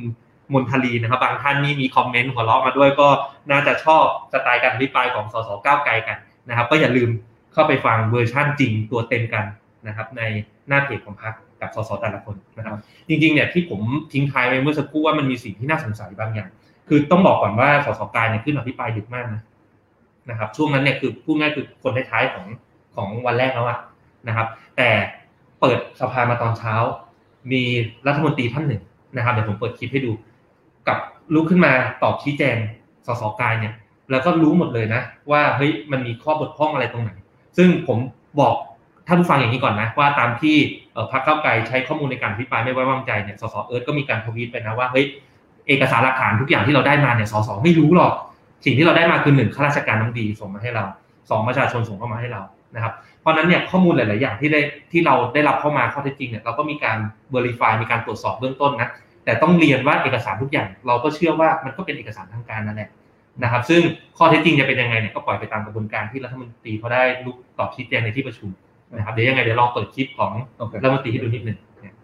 Speaker 6: มนทลีนะครับ บางท่านนี่มีคอมเมนต์หัวเราะมาด้วยก็น่าจะชอบสไตล์การอภิปรายของสสก้าวไกลกันนะครับ ก็อย่าลืมเข้าไปฟังเวอร์ชั่นจริงตัวเต็มกันนะครับ ในหน้าเพจของพรรคกับสสแต่ละคนนะครับ จริงๆเนี่ยที่ผมทิ้งท้ายไปเมื่อสักครู่ว่ามันมีสิ่งที่น่าสงสัยบางอย่าง คือต้องบอกก่อนว่าสสกายเนี่ยขึ้นอภิปรายดึกมากนะนะครับ ช่วงนั้นเนี่ยคือพูดง่ายคือคนท้ายๆของของวันแรกแล้วอะนะครับ แต่เปิดสภามาตอนเช้า มีรัฐมนตรีท่านหนึ่งนะครับเดี๋ยวผมเปิดคลิปให้ดู กับลุกขึ้นมาตอบชี้แจงสสกายเนี่ย แล้วก็รู้หมดเลยนะ ว่าเฮ้ยมันมีข้อบกพร่องอะไรตรงไหน ซึ่งผมบอกท่านผู้ฟังอย่างนี้ก่อนนะ ว่าตามที่เอ่อพรรคเก้าวไกลใช้ข้อมูลในการอภิปรายไม่ไว้วางใจเนี่ยสสเอิร์ธก็มีการทวีตไปนะว่าเฮ้ย เอกสารหลักฐานทุกอย่างที่เราได้มาเนี่ยสสไม่รู้หรอก สิ่งที่เราได้มาคือหนึ่งข้าราชการน้ำดีส่งมาให้เราสองประชาชนส่งเข้ามาให้เรานะครับ เพราะฉะนั้นเนี่ยข้อมูลหลาย ๆ อย่างที่ได้ที่เราได้รับเข้ามาข้อเท็จจริงเนี่ยเราก็มีการ verify มีการตรวจสอบเบื้องต้นนะ แต่ต้องเรียนว่าเอกสารทุกอย่าง เราก็เชื่อว่ามันก็เป็นเอกสารทางการนั่นแหละนะครับ ซึ่งข้อเท็จจริงจะเป็นยังไงเนี่ยก็ปล่อยไปตามกระบวนการที่รัฐมนตรีเขาได้ลุกตอบชี้แจงในที่ประชุมนะครับเดี๋ยวยังไงเดี๋ยวลองเปิดคลิปของ
Speaker 3: โอเค
Speaker 6: รัฐมนตรีให้ดูนิดหนึ่งเนี่ย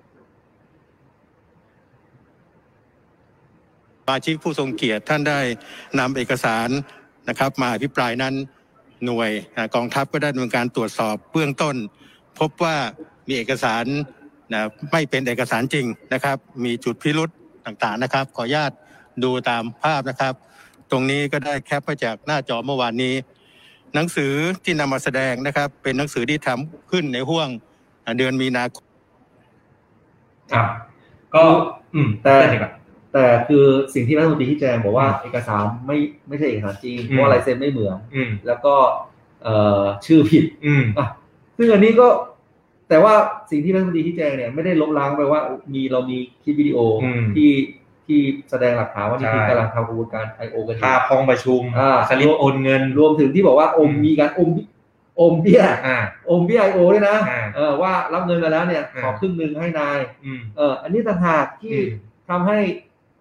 Speaker 9: สมาชิกผู้ทรงเกียรติท่านได้นำเอกสารนะครับ มาอภิปรายนั้นหน่วยอ่ากองทัพก็ได้ดำเนินการตรวจสอบเบื้องต้น พบว่ามีเอกสารนะไม่เป็นเอกสารจริงนะครับ มีจุดพิรุษต่างๆนะครับ ขออนุญาตดูตามภาพนะครับ ตรงนี้ก็ได้แคปมาจากหน้าจอเมื่อวานนี้ หนังสือที่นำมาแสดงนะครับ เป็นหนังสือที่ทำขึ้นในห่วงอ่าเดือนมีนาคม
Speaker 6: ครับ ก็อืม
Speaker 3: แต่
Speaker 6: ได้เลยครับ
Speaker 3: แต่คือสิ่งที่รัฐมนตรีชี้แจงบอกว่าเอกสารไม่ไม่ใช่เอกสารจริง
Speaker 6: อืม
Speaker 3: เพราะว่าลายเซ็นไม่เหมือน
Speaker 6: อืม
Speaker 3: แล้วก็เอ่อชื่อผิด
Speaker 6: อืม
Speaker 3: อ่ะซึ่งอันนี้ก็ แต่ว่าสิ่งที่รัฐมนตรีชี้แจงเนี่ยไม่ได้ลบล้างไปว่ามีเรามีคลิปวิดีโออ
Speaker 6: ม
Speaker 3: ที่ที่แสดงหลักฐานว่านี่คือ
Speaker 6: ใช่
Speaker 3: กำลังทำกระบวนการ I.O. กันอยู่
Speaker 6: ค่าพองประชุม
Speaker 3: อ่า
Speaker 6: สลิปโอนเงิน
Speaker 3: รวมถึงที่บอกว่าอม
Speaker 6: อืม
Speaker 3: มีการอมอมเบี้ย
Speaker 6: อ่า
Speaker 3: อมเบี้ยไอโอด้วยนะ
Speaker 6: อ่า
Speaker 3: เออว่ารับเงินมาแล้วเนี่ยขออา ครึ่งหนึ่งให้นาย
Speaker 6: อืม
Speaker 3: เอออันนี้ต่างหากที่
Speaker 6: อืม
Speaker 3: ทำให้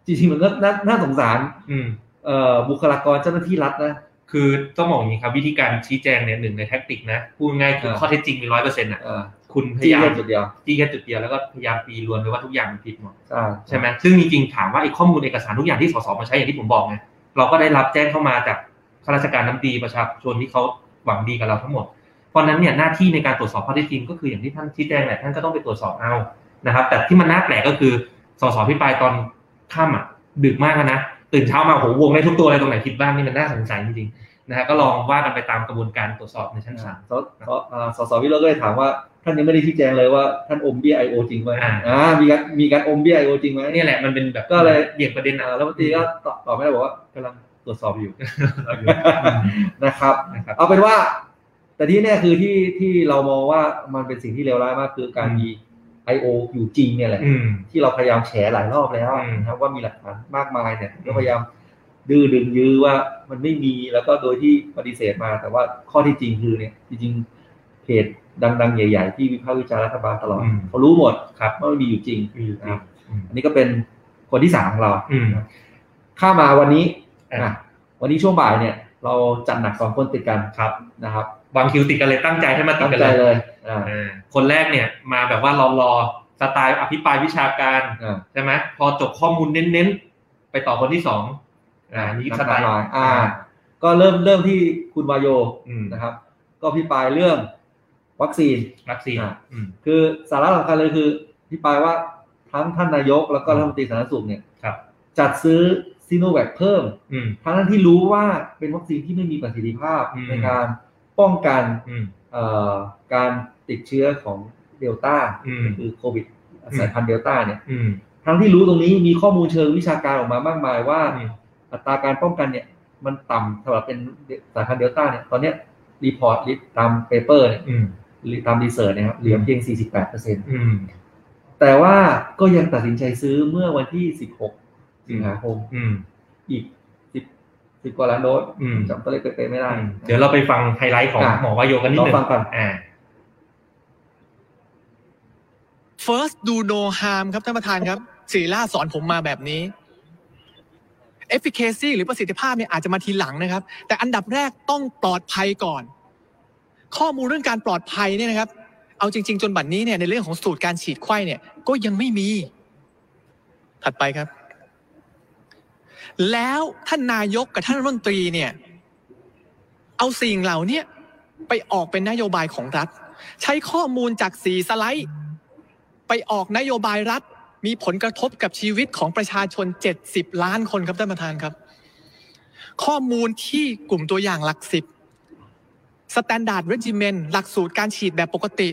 Speaker 3: จริงๆมันก็น่าน่าสงสาร
Speaker 6: อืม
Speaker 3: เอ่อบุคลากรเจ้าหน้าที่รัฐนะ
Speaker 6: คือต้องบอกอย่างนี้ครับ วิธีการชี้แจงเนี่ยหนึ่งในแท็กติกนะ พูดง่ายๆคือ
Speaker 3: เออ
Speaker 6: ข้อเท็จจริงมีร้อยเปอร์เซ็นต์อ่ะ
Speaker 3: เอ่อ
Speaker 6: คุณพ
Speaker 3: ที่
Speaker 6: ยายาม
Speaker 3: แค่จุดเดียว
Speaker 6: จี้แค่จุดเดียวแล้วก็พยายามตีรวนไปว่าทุกอย่างมันผิดหมด
Speaker 3: ใช่
Speaker 6: ใช่ไหมซึ่งจริงๆ ถามว่าไอ้ข้อมูลเอกสารทุกอย่างที่สสมาใช้อย่างที่ผมบอกไง เราก็ได้รับแจ้งเข้ามาจากข้าราชการน้ำดีประชาชนที่เขาหวังดีกับเราทั้งหมด เพราะฉะนั้นเนี่ยหน้าที่ในการตรวจสอบข้อเท็จจริงก็คืออย่างที่ท่านชี้แจงแหละท่านก็ต้องไปตรวจสอบเอา นะครับ แต่ที่มันน่าแปลกก็คือสสพิปรายตอนค่ำอ่ะดึกมากแล้วนะ ตื่นเช้ามาโหวงได้ทุกตัวเลยตรงไหนผิดบ้างนี่มันน่าสงสัยจริงๆ นะฮะ ก็ลองว่ากันไปตามกระบวนการตรวจสอบในชั้นศาล
Speaker 3: สสเอ่อสสวิโรจน์ก็เลยถามว่า ท่านยังไม่ได้ชี้แจงเลยว่าท่านอมเบี้ยไอโอจริงไหม
Speaker 6: อ่า
Speaker 3: อ่ามีการมีการอมเบี้ยไอโอจริงไหม
Speaker 6: นี่แหละมันเป็นแบบ
Speaker 3: ก็เลย
Speaker 6: เบี่ยงประเด็น
Speaker 3: เอ่
Speaker 6: เอา
Speaker 3: อ
Speaker 6: แล้
Speaker 3: รั
Speaker 6: ว
Speaker 3: ฐมนตรีก็ตอบตอบไม่ได้บอกว่ากำลังตรวจสอบ
Speaker 6: *laughs*
Speaker 3: อยู่ นะครับ
Speaker 6: นะครับ
Speaker 3: เอาเป็นว่า แต่ที่แน่คือที่ที่เรามองว่ามันเป็นสิ่งที่เลวร้ายมากคือการ
Speaker 6: อืม
Speaker 3: มี I.O. อยู่จริงเนี่ยแหละ
Speaker 6: อืม
Speaker 3: ที่เราพยายามแฉหลายรอบแล้ว
Speaker 6: อืม
Speaker 3: นะครับว่ามีหลักฐานมากมายเนี่ย
Speaker 6: อืม
Speaker 3: ก็พยายาม ดื้อดึงยื้อว่ามันไม่มีแล้วก็โดยที่ปฏิเสธมาแต่ว่าข้อที่จริงคือเนี่ยจริงๆเพจดังๆ ใหญ่ ๆ ที่วิพากษ์วิจารณ์รัฐบาลตลอด
Speaker 6: อืม
Speaker 3: เขารู้หมด
Speaker 6: ครับ
Speaker 3: ว่ามันมีอยู่จริง
Speaker 6: อืมอืมอืม
Speaker 3: อันนี้ก็เป็นคนที่สามของเรา
Speaker 6: อืม
Speaker 3: ข้ามมาวันนี้
Speaker 6: อ่ะ
Speaker 3: อ่ะวันนี้ช่วงบ่ายเนี่ย เราจัดหนักสองคนติดกันครับนะครับ
Speaker 6: วางคิวติดกันเลยตั้งใจให้มาติด
Speaker 3: ตั้ง
Speaker 6: กัน
Speaker 3: ใจ
Speaker 6: เลย
Speaker 3: เลยอ่า
Speaker 6: อ่าคนแรกเนี่ยมาแบบว่ารอรอๆสไตล์อภิปรายวิชาการ
Speaker 3: อ่า
Speaker 6: ใช่ไหมพอจบข้อมูลเน้นๆ ไปต่อคนที่สองอ่านี่สไตล์
Speaker 3: น้ำตาลอยอ่า ก็เริ่มเริ่มที่คุณวายโย
Speaker 6: อืม
Speaker 3: นะครับ ก็อภิปรายเรื่องวัคซีน
Speaker 6: รักซีน
Speaker 3: อ่า
Speaker 6: อืม
Speaker 3: คือสาระสำคัญเลยคืออภิปรายว่าทั้งท่านนายกแล้วก็รัฐมนตรีสาธารณสุขเนี่ย
Speaker 6: ครับ
Speaker 3: จัดซื้อซีโนแวคเพิ่ม
Speaker 6: อืม
Speaker 3: ทั้งนั้นที่รู้ว่าเป็นวัคซีนที่ไม่มีประสิทธิภาพ
Speaker 6: อืม
Speaker 3: ในการป้องกัน
Speaker 6: อืม
Speaker 3: เอ่อการติดเชื้อของเดลต้า
Speaker 6: อืม
Speaker 3: คือโควิดสายพันธุ์เดลต้าเนี่ย
Speaker 6: อืม
Speaker 3: ทั้งที่รู้ตรงนี้มีข้อมูลเชิงวิชาการออกมามากมายว่า
Speaker 6: อืม
Speaker 3: อัตราการป้องกันเนี่ยมันต่ำสำหรับเป็นสายพันธุ์เดลต้าเนี่ยตอนเนี้ยรีพอร์ตตามเปเปอร์เนี่ย
Speaker 6: อืม
Speaker 3: หรือตามรีเสิร์ชเนะครับเหลือเพียง 48%
Speaker 6: อืม
Speaker 3: แต่ว่าก็ยังตัดสินใจซื้อเมื่อวันที่ 16 สิงหาคม
Speaker 6: อืม
Speaker 3: อีก 10 10 กว่าล้านโดส
Speaker 6: อืม
Speaker 3: จำตัวเลขเป๊ะๆไม่ได้
Speaker 6: เดี๋ยวเราไปฟังไฮไลท์ของ
Speaker 3: อ่ะ
Speaker 6: หมอวายโยกันนิดหนึ่ง
Speaker 3: ลองฟังก่อน
Speaker 6: อ่า
Speaker 10: First do no harm ครับท่านประธานครับศิริล่าสอนผมมาแบบนี้ efficacy หรือประสิทธิภาพเนี่ยอาจจะมาทีหลังนะครับ แต่อันดับแรกต้องปลอดภัยก่อน ข้อมูลเรื่องการปลอดภัยเนี่ยนะครับ เอาจริง ๆ จนบัดนนี้เนี่ยในเรื่องของสูตรการฉีดไข้เนี่ยก็ยังไม่มี ถัดไปครับ แล้วท่านนายกกับท่านรัฐมนตรีเนี่ยเอาสิ่งเหล่าเนี้ยไปออกเป็นนโยบายของรัฐ ใช้ข้อมูลจากสีสไลด์ ไปออกนโยบายรัฐ มีผลกระทบกับชีวิตของประชาชน 70 ล้านคนครับท่านประธานครับ ข้อมูลที่กลุ่มตัวอย่างหลักสิบสแตนดาร์ดเรจิเมนหลักสูตรการฉีดแบบปกติ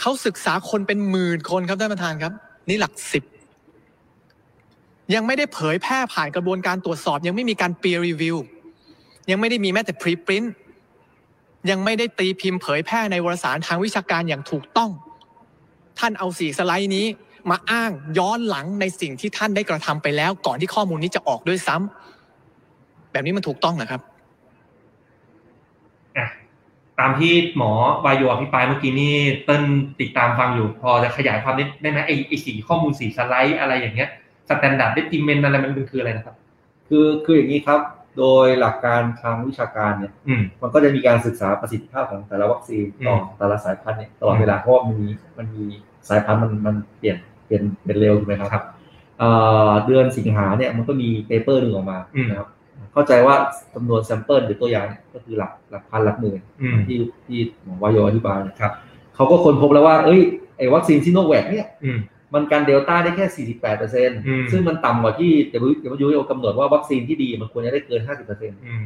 Speaker 10: เขาศึกษาคนเป็นหมื่นคนครับท่านประธานครับ นี่หลักสิบยังไม่ได้เผยแพร่ผ่านกระบวนการตรวจสอบ ยังไม่มีการ peer review ยังไม่ได้มีแม้แต่ preprint ยังไม่ได้ตีพิมพ์เผยแพร่ในวารสารทางวิชาการอย่างถูกต้อง ท่านเอาสีสไลด์นี้มาอ้างย้อนหลังในสิ่งที่ท่านได้กระทำไปแล้ว ก่อนที่ข้อมูลนี้จะออกด้วยซ้ำแบบนี้มันถูกต้องนะครับ
Speaker 6: อ่ะ ตามที่หมอวายโยอภิปรายเมื่อกี้นี่เติ้ลติดตามฟังอยู่ พอจะขยายความนิดได้ไหมไอไอสีข้อมูลสีสไลด์อะไรอย่างเงี้ยสแตนดาร์ดเดติเมนอะไรมันมันคืออะไรนะครับ
Speaker 3: คือคืออย่างนี้ครับ โดยหลักการทางวิชาการเนี่ย
Speaker 6: อืม
Speaker 3: มันก็จะมีการศึกษาประสิทธิภาพของแต่ละวัคซีนต่ออ
Speaker 6: ม
Speaker 3: แต่ละสายพันธุ์เนี่ยตลอดเวลาเพราะว่ามันมีมันมีสายพันธุ์มันมันเปลี่ยนเปลี่ยนเปลี่ยนเร็วถูกไหมครับ
Speaker 6: ครับ
Speaker 3: เอ่อเดือนสิงหาเนี่ยมันก็มีเปเปอร์หนึ่งออกมา
Speaker 6: อืม
Speaker 3: นะครับเข้าใจว่าจำนวนแซมเปิลหรือตัวอย่างเนี่ยก็คือหลักหลักพันหลักหมื่น
Speaker 6: อืม
Speaker 3: ที่ที่หมอวายโยอธิบายเนี่ย
Speaker 6: ครับ
Speaker 3: เขาก็ค้นพบแล้วว่าเอ้ยไอ้วัคซีนซิโนแวคเนี่ย
Speaker 6: อืม
Speaker 3: มันกันเดลต้าได้แค่ 48เปอร์เซ็นต์
Speaker 6: ม
Speaker 3: ซึ่งมันต่ำกว่าที่ WHO กำหนดว่าวัคซีนที่ดีมันควรจะได้เกิน 50เปอร์เซ็นต์
Speaker 6: อืม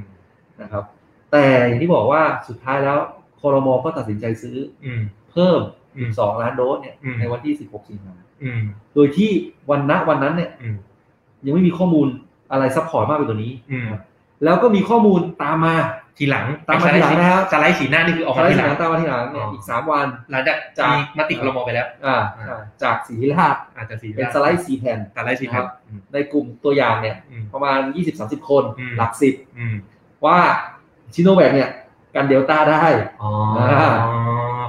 Speaker 3: นะครับแต่อย่างที่บอกว่าสุดท้ายแล้วคอรมอก็ตัดสินใจซื้อ
Speaker 6: อืม
Speaker 3: เพิ่ม
Speaker 6: อืม
Speaker 3: 2 ล้านโดสเนี่ย
Speaker 6: อืม
Speaker 3: ในวันที่ 16 สิงหา
Speaker 6: อืม
Speaker 3: โดยที่วันณวันนั้นเนี่ย
Speaker 6: อืม
Speaker 3: ยังไม่มีข้อมูลอะไรซัพพอร์ตมากไปกว่านี้
Speaker 6: อืม
Speaker 3: แล้วก็มีข้อมูลตามมา
Speaker 6: ทีหลัง
Speaker 3: ตามมาทีหลังนะครับ
Speaker 6: สไลด์สีหน้านี่คือออ
Speaker 3: ตาม
Speaker 6: กาม
Speaker 3: มา
Speaker 6: ที
Speaker 3: ที
Speaker 6: ห
Speaker 3: ห
Speaker 6: ลั
Speaker 3: ลั
Speaker 6: ง
Speaker 3: งตามมาทีหลังเนี่ย
Speaker 6: อ๋ออี
Speaker 3: อีก 3 วัน
Speaker 6: หลังจาก
Speaker 3: จาก
Speaker 6: มีมติครมไปแล้ว
Speaker 3: อ่า
Speaker 6: อ่า
Speaker 3: อ่าจากสีลาด
Speaker 6: อาจจะสี
Speaker 3: เป็นสไลด์สีแผ่น
Speaker 6: สไลด์สีครับอืม
Speaker 3: ในกลุ่มตัวอย่างเนี่ย
Speaker 6: อืม
Speaker 3: ประมาณ 20-30 คน
Speaker 6: อืม
Speaker 3: หลักสิบ
Speaker 6: อืม
Speaker 3: ว่าชิโนแวคเนี่ยกันเดลต้าได้
Speaker 6: อ๋อ
Speaker 3: อ่า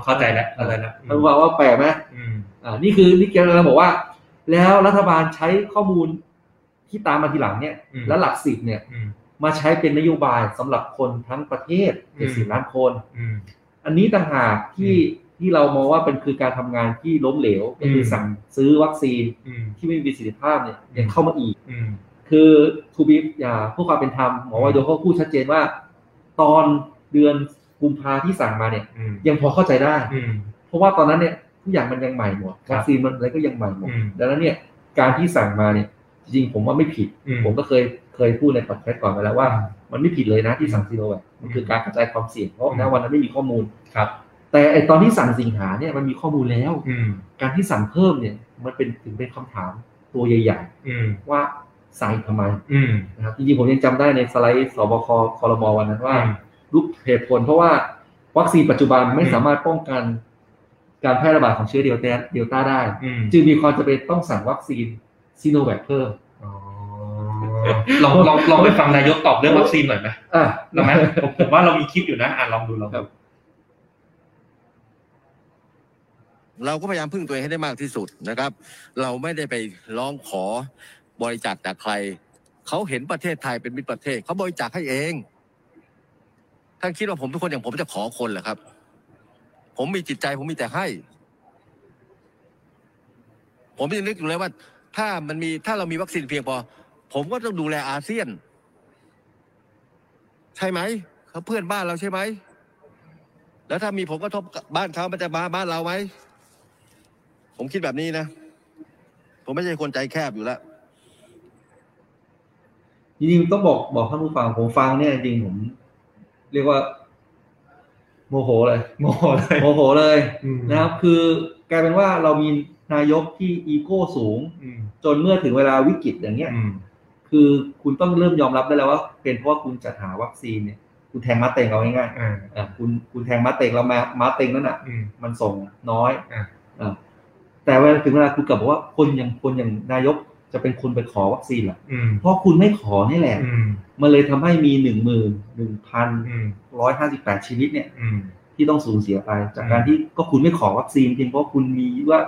Speaker 6: เข้าใจแล้วเข้าใจแล้ว
Speaker 3: ท่านผู้ฟังว่าแปลกไหม
Speaker 6: อืม
Speaker 3: อ่านี่คือนี่เกเราบอกว่า แล้วรัฐบาลใช้ข้อมูลที่ตามมาทีหลังเนี่ย
Speaker 6: อืม
Speaker 3: และหลักสิบเนี่ย
Speaker 6: อืม
Speaker 3: มาใช้เป็นนโยบายสำหรับคนทั้งประเทศ
Speaker 6: อืม
Speaker 3: เจ็ดสิบล้านคน
Speaker 6: อืม
Speaker 3: อันนี้ต่างหากที่ที่เรามองว่าเป็นคือการทำงานที่ล้มเหลวก็คือสั่งซื้อวัคซีน
Speaker 6: อืม
Speaker 3: ที่ไม่มีประสิทธิภาพเนี่ย
Speaker 6: อืม
Speaker 3: ยังเข้ามาอีก
Speaker 6: อืม
Speaker 3: คือทูบีอย่าเพื่อความเป็นธรรมหมอวายโยเขาพูดชัดเจนว่า ตอนเดือนกุมภาที่สั่งมาเนี่ย
Speaker 6: อืม
Speaker 3: ยังพอเข้าใจได้
Speaker 6: อืม
Speaker 3: เพราะว่าตอนนั้นเนี่ยทุกอย่างมันยังใหม่หมด
Speaker 6: ครับ
Speaker 3: วัคซีนมันอะไรก็ยังใหม่หมด
Speaker 6: อืม
Speaker 3: ดังนั้นเนี่ยการที่สั่งมาเนี่ยจริงๆผมว่าไม่ผิด
Speaker 6: อืม
Speaker 3: ผมก็เคยเคยพูดในพอดแคสต์ก่อนไปแล้วว่า
Speaker 6: อืม
Speaker 3: มันไม่ผิดเลยนะที่สั่งซีโนแวคมันคือ
Speaker 6: ม
Speaker 3: การกระจายความเสี่ยงเพราะ
Speaker 6: อืม
Speaker 3: นะวันนั้นไม่มีข้อมูล
Speaker 6: ครับ
Speaker 3: แต่ไอตอนที่สั่งสิงหาเนี่ยมันมีข้อมูลแล้ว
Speaker 6: อืม
Speaker 3: การที่สั่งเพิ่มเนี่ยมันเป็นถึงเป็นคำถามตัวใหญ่
Speaker 6: อืม
Speaker 3: ๆว่าสั่งทำไม
Speaker 6: อืม
Speaker 3: นะครับจริงๆผมยังจำได้ในสไลด์สบคคอรมอวันนั้นว่า
Speaker 6: อืม
Speaker 3: รูปเหตุผลเพราะว่าวัคซีนปัจจุบันไม่สามารถป้องกันการแพร่ระบาดของเชื้อเดลต้าเดลต้าได้
Speaker 6: อืม
Speaker 3: จึงมีความจำเป็นต้องสั่งวัคซีนซีโนแวคเพิ่ม
Speaker 6: อ๋อ ลองลองลองไปฟังนายกตอบเรื่องวัคซีนหน่อยไหม
Speaker 3: อ่ะ
Speaker 6: เราไหมผมผมว่าเรามีคลิปอยู่นะอ่ะลองดูลองดู
Speaker 11: เราก็พยายามพึ่งตัวเองให้ได้มากที่สุดนะครับ เราไม่ได้ไปร้องขอบริจาคจากใคร เขาเห็นประเทศไทยเป็นมิตรประเทศ เขาบริจาคให้เองท่านคิดว่าผมเป็นคนอย่างผมจะขอคนเหรอครับ ผมมีจิตใจผมมีแต่ให้ ผมยังนึกอยู่เลยว่า ถ้ามันมีถ้าเรามีวัคซีนเพียงพอ ผมก็ต้องดูแลอาเซียน ใช่ไหมเขาเพื่อนบ้านเราใช่ไหม แล้วถ้ามีผลกระทบกับบ้านเขามันจะมาบ้านเราไหม ผมคิดแบบนี้นะ ผมไม่ใช่คนใจแคบอยู่แล้ว
Speaker 3: จริงๆต้องบอกบอกท่านผู้ฟังผมฟังเนี่ยจริงๆผม เรียกว่า โมโหเลย
Speaker 6: โมโหเลย
Speaker 3: โมโหเลย
Speaker 6: อืม
Speaker 3: นะครับ คือกลายเป็นว่าเรามีนายกที่อีโก้สูง
Speaker 6: อืม
Speaker 3: จนเมื่อถึงเวลาวิกฤตอย่างเงี้ย
Speaker 6: อืม
Speaker 3: คือคุณต้องเริ่มยอมรับได้แล้วว่า เป็นเพราะว่าคุณจัดหาวัคซีนเนี่ยคุณแทงมาเต็งเอาง่าย
Speaker 6: อ่า
Speaker 3: ๆอ่ะคุณคุณแทงมาเต็งแล้วมามาเต็งนั่นอ่ะ
Speaker 6: อืม
Speaker 3: มันส่งน้อย
Speaker 6: อ่ะ
Speaker 3: อ่ะแต่เวลาถึงเวลาคุณกลับบอกว่าคนอย่างคนอย่างนายกจะเป็นคนไปขอวัคซีนเหรอ
Speaker 6: อืม
Speaker 3: เพราะคุณไม่ขอนี่แหละ
Speaker 6: อืม
Speaker 3: มันเลยทำให้มีหนึ่งหมื่นหนึ่งพัน
Speaker 6: อืม
Speaker 3: ร้อยห้าสิบแปดชีวิตเนี่ย
Speaker 6: อืม
Speaker 3: ที่ต้องสูญเสียไป จาก
Speaker 6: อืม
Speaker 3: การที่ก็คุณไม่ขอวัคซีนเพียงเพราะคุณมีว่า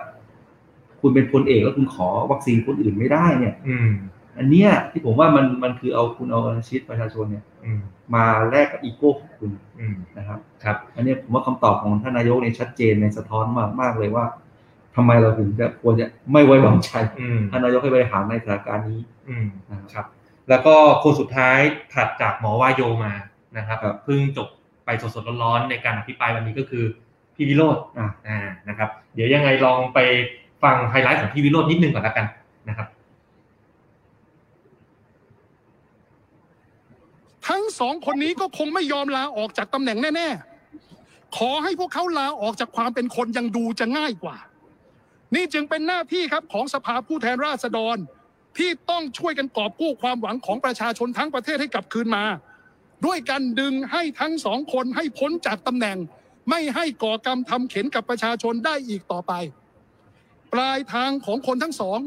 Speaker 3: คุณเป็นพลเอกแล้วคุณขอวัคซีนคนอื่นไม่ได้เนี่ย
Speaker 6: อืม
Speaker 3: อันเนี้ยที่ผมว่ามันมันคือเอาคุณเอาชีวิตประชาชนเนี่ย
Speaker 6: อืม
Speaker 3: มาแลกกับอีโก้ของคุณ
Speaker 6: อืม
Speaker 3: นะครับ
Speaker 6: ครับ
Speaker 3: อันเนี้ยผมว่าคำตอบของท่านนายกเนี่ยชัดเจนในสะท้อนมากมากเลยว่าทำไมเราถึงจะควรจะไม่ไว้วางใจ
Speaker 6: อืม
Speaker 3: ท่านนายกให้บริหารในสถานการณ์นี้
Speaker 6: อืม
Speaker 3: นะครับ
Speaker 6: ครับแล้วก็คนสุดท้ายถัดจากหมอวายโยมานะครับ
Speaker 3: ครับ
Speaker 6: เพิ่งจบไปสดๆร้อนๆในการอภิปรายวันนี้ก็คือพี่วิโรจน์
Speaker 3: อ่ะ
Speaker 6: อ่านะครับ เดี๋ยวยังไงลองไปฟังไฮไลท์ของพี่วิโรจน์นิดนึงก่อนละกันนะครับ
Speaker 12: ทั้งสองคนนี้ก็คงไม่ยอมลาออกจากตำแหน่งแน่ ๆ ขอให้พวกเขาลาออกจากความเป็นคนยังดูจะง่ายกว่า นี่จึงเป็นหน้าที่ครับของสภาผู้แทนราษฎร ที่ต้องช่วยกันกอบกู้ความหวังของประชาชนทั้งประเทศให้กลับคืนมา ด้วยการดึงให้ทั้งสองคนให้พ้นจากตำแหน่ง ไม่ให้ก่อกรรมทำเข็นกับประชาชนได้อีกต่อไป ปลายทางของคนทั้งสอง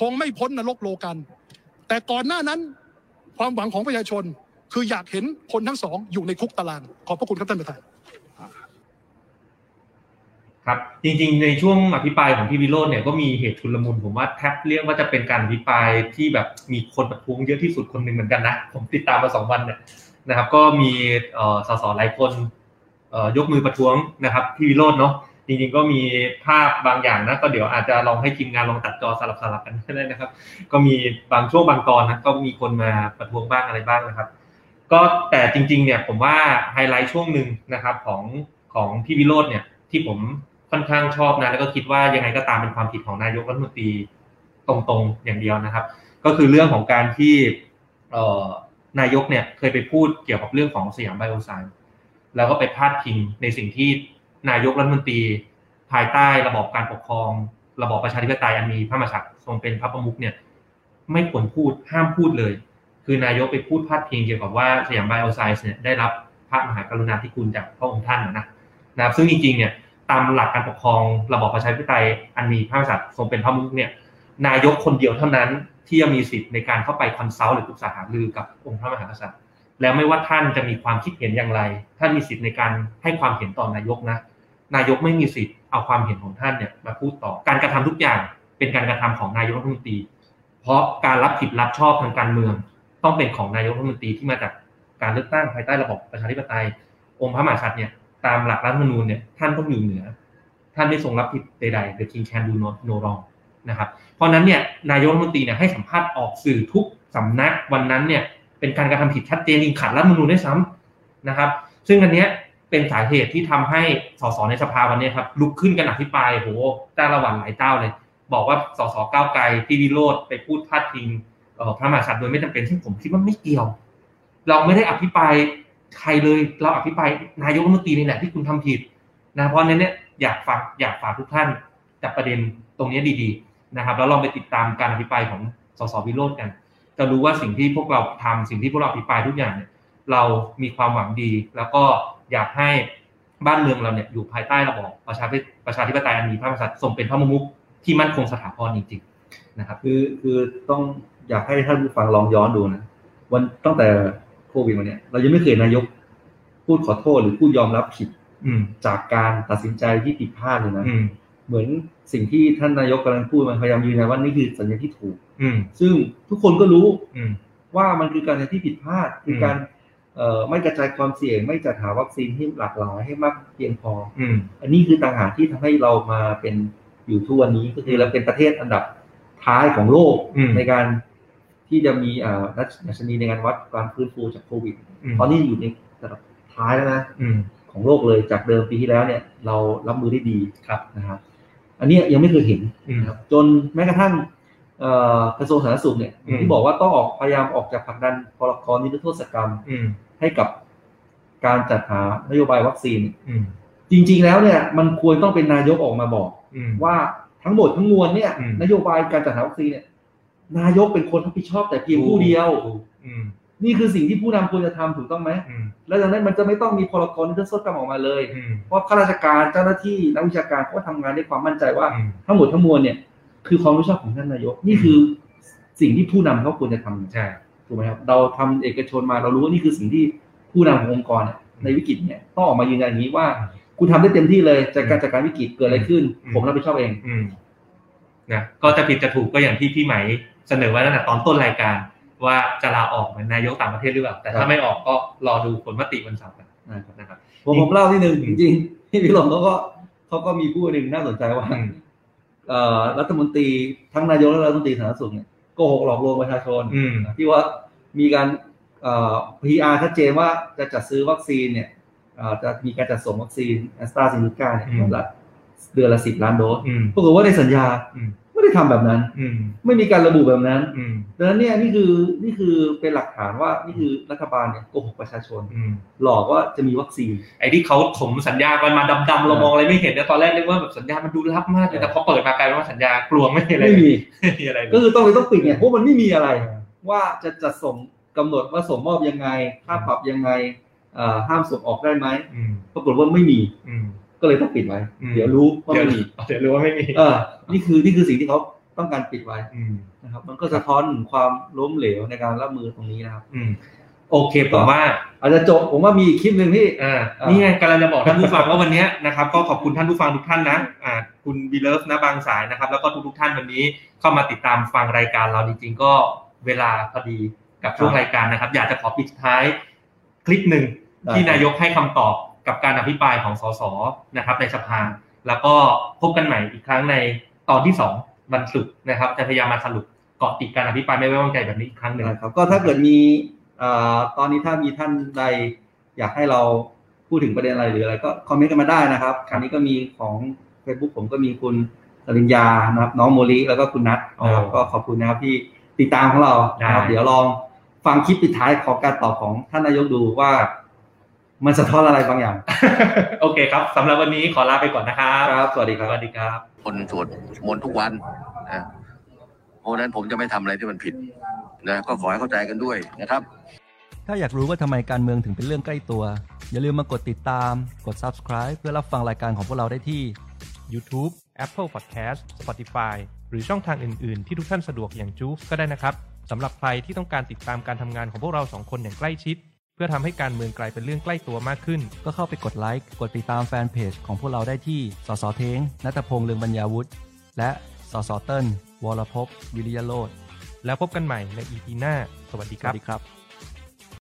Speaker 12: คงไม่พ้นนรกโลกัน แต่ก่อนหน้านั้น ความหวังของประชาชน คืออยากเห็นคนทั้งสองอยู่ในคุกตาราง ขอบพระคุณครับท่านประธาน
Speaker 6: ครับจริงๆในช่วงอภิปรายของพี่วิโรจน์เนี่ยก็มีเหตุชุลมุนผมว่าแทบเรียกว่าจะเป็นการอภิปรายที่แบบมีคนประท้วงเยอะที่สุดคนหนึ่งเหมือนกันนะ ผมติดตามมาสองวันเนี่ยนะครับ ก็มีเอ่อสสหลายคนเอ่อยกมือประท้วงนะครับพี่วิโรจน์เนาะจริงๆก็มีภาพบางอย่างนะก็เดี๋ยวอาจจะลองให้ทีมงานลองตัดจอสลับสลับๆกันก็ได้นะครับ ก็มีบางช่วงบางตอนนะก็มีคนมาประท้วงบ้างอะไรบ้างนะครับ ก็แต่จริงๆเนี่ยผมว่าไฮไลท์ช่วงหนึ่งนะครับของของพี่วิโรจน์เนี่ยที่ผมค่อนข้างชอบนะแล้วก็คิดว่ายังไงก็ตามเป็นความผิดของนายกรัฐมนตรีตรงๆอย่างเดียวนะครับ ก็คือเรื่องของการที่เอ่อนายกเนี่ยเคยไปพูดเกี่ยวกับเรื่องของสยามไบโอไซน์แล้วก็ไปพาดพิงในสิ่งที่นายกรัฐมนตรี ภายใต้ระบอบการปกครอง ระบอบประชาธิปไตยอันมีพระมหากษัตริย์ทรงเป็นพระประมุขเนี่ยไม่ควรพูดห้ามพูดเลย คือนายกไปพูดพาดพิงเกี่ยวกับว่าสยามไบโอไซส์เนี่ยได้รับพระมหากรุณาธิคุณจากพระองค์ท่านนะนะนะครับซึ่งจริงๆเนี่ยตามหลักการปกครองระบอบประชาธิปไตยอันมีพระมหากษัตริย์ทรงเป็นพระมุขเนี่ยนายกคนเดียวเท่านั้นที่จะมีสิทธิ์ในการเข้าไปคอนซัลท์หรือปรึกษาหารือกับองค์พระมหากษัตริย์ แล้วไม่ว่าท่านจะมีความคิดเห็นอย่างไรท่านมีสิทธิ์ในการให้ความเห็นต่อนายกนะ นายกไม่มีสิทธิ์เอาความเห็นของท่านเนี่ยมาพูดต่อ การกระทำทุกอย่างเป็นการกระทำของนายกรัฐมนตรี เพราะการรับผิดรับชอบทางการเมือง ต้องเป็นของนายกรัฐมนตรีที่มาจากการเลือกตั้งภายใต้ระบบประชาธิปไตย องค์พระมหากษัตริย์เนี่ยตามหลักรัฐธรรมนูญเนี่ยท่านต้องอยู่เหนือ ท่านไม่ทรงรับผิดใดๆ The King can do no no wrong นะครับเพราะฉะนั้นเนี่ยนายกรัฐมนตรีเนี่ยให้สัมภาษณ์ออกสื่อทุกสำนักวันนั้นเนี่ยเป็นการกระทำผิดชัดเจนจริงขัดรัฐธรรมนูญด้วยซ้ำนะครับ ซึ่งอันเนี้ยเป็นสาเหตุที่ทำให้สสในสภาวันเนี้ยครับลุกขึ้นกันอภิปรายโหเจ้าละหวันหลายเจ้าเลย บอกว่าสสก้าวไกลที่วิโรธไปพูดพาดพิง เอ่อพระมหากษัตริย์โดยไม่จำเป็นซึ่งผมคิดว่าไม่เกี่ยว เราไม่ได้อภิปรายใครเลยเราอภิปรายนายกรัฐมนตรีนี่แหละที่คุณทำผิดนะเพราะฉะนั้นเนี่ยอยากฝากอยากฝากทุกท่านจับประเด็นตรงเนี้ยดีๆนะครับแล้วลองไปติดตามการอภิปรายของสสวิโรจน์กัน จะรู้ว่าสิ่งที่พวกเราทำสิ่งที่พวกเราอภิปรายทุกอย่างเนี่ยเรามีความหวังดี แล้วก็อยากให้บ้านเมืองเราเนี่ยอยู่ภายใต้ระบอบประชาธิประชาธิปไตยอันมีพระมหากษัตริย์ทรงเป็นพระมมุขที่มั่นคงสถาพรจริงๆนะครับ
Speaker 3: คือคือต้อง อยากให้ท่านผู้ฟังลองย้อนดูนะวันตั้งแต่โควิดมาเนี่ย เรายังไม่เคยเห็นนายก พูดขอโทษหรือพูดยอมรับผิด
Speaker 6: อืม
Speaker 3: จากการตัดสินใจที่ผิดพลาดเลยนะ
Speaker 6: อืม
Speaker 3: เหมือนสิ่งที่ท่านนายกกำลังพูดมันพยายามยืนยันว่านี่คือสัญญาณที่ถูก
Speaker 6: อืม
Speaker 3: ซึ่งทุกคนก็รู้
Speaker 6: อืม
Speaker 3: ว่ามันคือการที่ผิดพลาดคือการเอ่อไม่กระจายความเสี่ยง ไม่จัดหาวัคซีนให้หลากหลายให้มากเพียงพออ
Speaker 6: ม
Speaker 3: อันนี้คือต่างหากที่ทำให้เรามาเป็นอยู่ทุกวันนี้ก็คือเราเป็นประเทศอันดับท้ายของโลก
Speaker 6: อืม
Speaker 3: ในการที่จะมีเอ่อดัชนีในการวัดความฟื้นฟูจากโควิด
Speaker 6: อืม
Speaker 3: ตอนนี้อยู่ในระดับท้ายแล้วนะ
Speaker 6: อืม
Speaker 3: ของโลกเลยจากเดิมปีที่แล้วเนี่ย เรารับมือได้ดี
Speaker 6: ครับ
Speaker 3: นะครับ อันเนี้ยยังไม่เคยเห็น
Speaker 6: อืม
Speaker 3: นะครับจนแม้กระทั่งเอ่อกระทรวงสาธารณสุขเนี่ย
Speaker 6: อืม
Speaker 3: ที่บอกว่าต้องออกพยายามออกจากผลักดันพรกรนิรโทษกรรม
Speaker 6: อืม
Speaker 3: ให้กับการจัดหานโยบายวัคซีน
Speaker 6: อืม
Speaker 3: จริง ๆ แล้วเนี่ย มันควรต้องเป็นนายกออกมาบอก
Speaker 6: อืม
Speaker 3: ว่าทั้งหมดทั้งมวลเนี่ย
Speaker 6: อืม
Speaker 3: นโยบายการจัดหาวัคซีนเนี่ย นายกเป็นคนรับผิดชอบแต่เพียงผู้เดียว
Speaker 6: อืม
Speaker 3: นี่คือสิ่งที่ผู้นำควรจะทำถูกต้องไหม
Speaker 6: อืม
Speaker 3: แล้วดังนั้นมันจะไม่ต้องมีพลกรนิรโทษกรรมออกมาเลย
Speaker 6: อืม
Speaker 3: เพราะข้าราชการเจ้าหน้าที่นักวิชาการเขาก็ทำงานด้วยความมั่นใจว่า
Speaker 6: อืม
Speaker 3: ทั้งหมดทั้งมวลเนี่ย คือความรู้ชอบของท่านนายก นี่คือสิ่งที่ผู้นำเขาควรจะทำ
Speaker 6: ใช่
Speaker 3: ถูกไหมครับเราทำเอกชนมาเรารู้ว่านี่คือสิ่งที่ผู้นำขององค์กรเนี่ยในวิกฤตเนี่ยต้องออกมายืนยันอย่างนี้ว่า คุณทำได้เต็มที่เลยจากการจัดการวิกฤตเกิดอะไรขึ้น
Speaker 6: อืม
Speaker 3: ผมรับผิดชอบเอง
Speaker 6: อืมนะก็จะผิดจะถูกก็อย่างที่พี่ไหมเสนอไว่าตั้งแต่ตอนต้นรายการ ว่าจะลาออกเหมือนนายกต่างประเทศหรือเปล่า แต่
Speaker 3: ครั
Speaker 6: ถ้า
Speaker 3: บ
Speaker 6: ไม่ออกก็รอดูผลมติวันเสาร์กัน
Speaker 3: นะครับ
Speaker 6: นะครับ
Speaker 3: ผมผมเล่าที่หนึ่งจริงๆที่พี่หลงเขาก็เขาก็มีผู้หนึ่งน่าสนใจว่า
Speaker 6: อืม
Speaker 3: เอ่อรัฐมนตรีทั้งนายกและรัฐมนตรีสาธารณสุขเนี่ยโกหกหลอกลวงประชาชน
Speaker 6: อืม
Speaker 3: ที่ว่ามีการเอ่อ PR ชัดเจนว่าจะจัดซื้อวัคซีนเนี่ยเอ่อจะมีการจัดส่งวัคซีนแอสตราเซเนกาเนี่ย
Speaker 6: อืม
Speaker 3: เดือนละเดือนละสิบล้านโดส
Speaker 6: อืม
Speaker 3: ปรากฏว่าในสัญญา
Speaker 6: อืม
Speaker 3: ไม่ได้ทำแบบนั้น
Speaker 6: อืม
Speaker 3: ไม่มีการระบุแบบนั้น
Speaker 6: อืม
Speaker 3: ดังนั้นเนี่ยนี่คือนี่คือเป็นหลักฐานว่านี่คือรัฐบาลเนี่ยโกหกประชาชน
Speaker 6: อืม
Speaker 3: หลอกว่าจะมีวัคซีน
Speaker 6: ไอ้ที่เขาถมสัญญากันมาดำๆเรามองอะไรไม่เห็นนะตอนแรกนึกว่าแบบสัญญามันดูลับมากเลยแต่พอเปิดมากลายเป็นว่าสัญญากลวงไม่มีอะไร
Speaker 3: ไม่มี
Speaker 6: ไม่มีอะไรเลย
Speaker 3: ก็คือต้องเลยต้องปิดเนี่ยเพราะมันไม่มีอะไร ว่าจะจัดส่งกำหนดว่าส่งมอบยังไงค่าปรับยังไงเอ่อห้ามส่งออกได้ไหม
Speaker 6: อืม
Speaker 3: ปรากฏว่าไม่มี
Speaker 6: อืม
Speaker 3: ก็เลยต้องปิดไว้
Speaker 6: อืม
Speaker 3: เดี๋ยวรู้ว่า
Speaker 6: เดี๋ยว
Speaker 3: ไม่มี
Speaker 6: เดี๋ยวรู้ว่าไม่มี
Speaker 3: เออ นี่คือ นี่คือสิ่งที่เขาต้องการปิดไว้
Speaker 6: อืม
Speaker 3: นะครับ มันก็สะท้อนถึงความล้มเหลวในการรับมือตรงนี้นะครับ
Speaker 6: อืม โอเคผมว่า
Speaker 3: อาจจะจบ ผมว่ามีอีกคลิปหนึ่งที่
Speaker 6: อ่านี่ไงกำลังจะบอกท่านผู้ฟังว่าวันเนี้ยนะครับก็ขอบคุณท่านผู้ฟังทุกท่านนะอ่าคุณบีเลิฟนะบางสายนะครับ แล้วก็ทุกๆท่านวันนี้เข้ามาติดตามฟังรายการเราจริงๆ ก็เวลาพอดีกับช่วงรายการนะครับ อยากจะขอปิดท้ายคลิปหนึ่ง
Speaker 3: ได้
Speaker 6: ที่
Speaker 3: ครับ
Speaker 6: นายกให้คำตอบกับการอภิปรายของสสนะครับ ในสภาแล้วก็พบกันใหม่อีกครั้งในตอนที่สองวันศุกร์นะครับ จะพยายามมาสรุปเกาะติดการอภิปรายไม่ไว้วางใจแบบนี้อีกครั้งหนึ่ง
Speaker 3: นะครับ ก็ถ้าเกิดมีเอ่อตอนนี้ถ้ามีท่านใด อยากให้เราพูดถึงประเด็นอะไรหรืออะไร ก็คอมเมนต์กันมาได้นะครับอันนี้ก็มีของ Facebook ผมก็มีคุณสริญญานะครับ น้องโมลิแล้วก็คุณนัทนะครั
Speaker 6: อ๋
Speaker 3: บ
Speaker 6: อ
Speaker 3: ก็ขอบคุณนะครับที่ติดตามของเรานะครับ
Speaker 6: ได้
Speaker 3: เดี๋ยวลองฟังคลิปปิดท้ายของการตอบของท่านนายกดูว่า มันสะท้อนอะไรบางอย่าง
Speaker 6: โอเคครับสำหรับวันนี้ขอลาไปก่อนนะครับ
Speaker 3: ครับ สวัสดีค
Speaker 6: ส
Speaker 3: รับ
Speaker 6: วัสดีครับ
Speaker 11: คนสวดมนต์ทุกวันนะเพราะฉะนั้นผมจะไม่ทำอะไรที่มันผิดนะก็ขอให้เข้าใจกันด้วยนะครับ
Speaker 13: ถ้าอยากรู้ว่าทำไมการเมืองถึงเป็นเรื่องใกล้ตัว อย่าลืมมากดติดตาม กด subscribe เพื่อรับฟังรายการของพวกเราได้ที่
Speaker 5: YouTube Apple Podcast Spotify หรือช่องทางอื่น ๆ ที่ทุกท่านสะดวกอย่างจูฟก็ได้นะครับสำหรับใครที่ต้องการติดตามการทำงานของพวกเราสองคนอย่างใกล้ชิด เพื่อทำให้การเมืองกลายเป็นเรื่องใกล้ตัวมากขึ้น
Speaker 13: ก็เข้าไปกดไลค์ กดติดตามแฟนเพจของพวกเราได้ที่ สสเทงนัตพงษ์เลืองบรรยาวุฒิ และสสเติ้ลวรภพวิริยโรธ
Speaker 5: แล้วพบกันใหม่ใน EP หน้า สวัสดี
Speaker 13: ส
Speaker 5: ค
Speaker 13: วั
Speaker 5: รั
Speaker 13: ส
Speaker 5: บ
Speaker 13: ดีครับ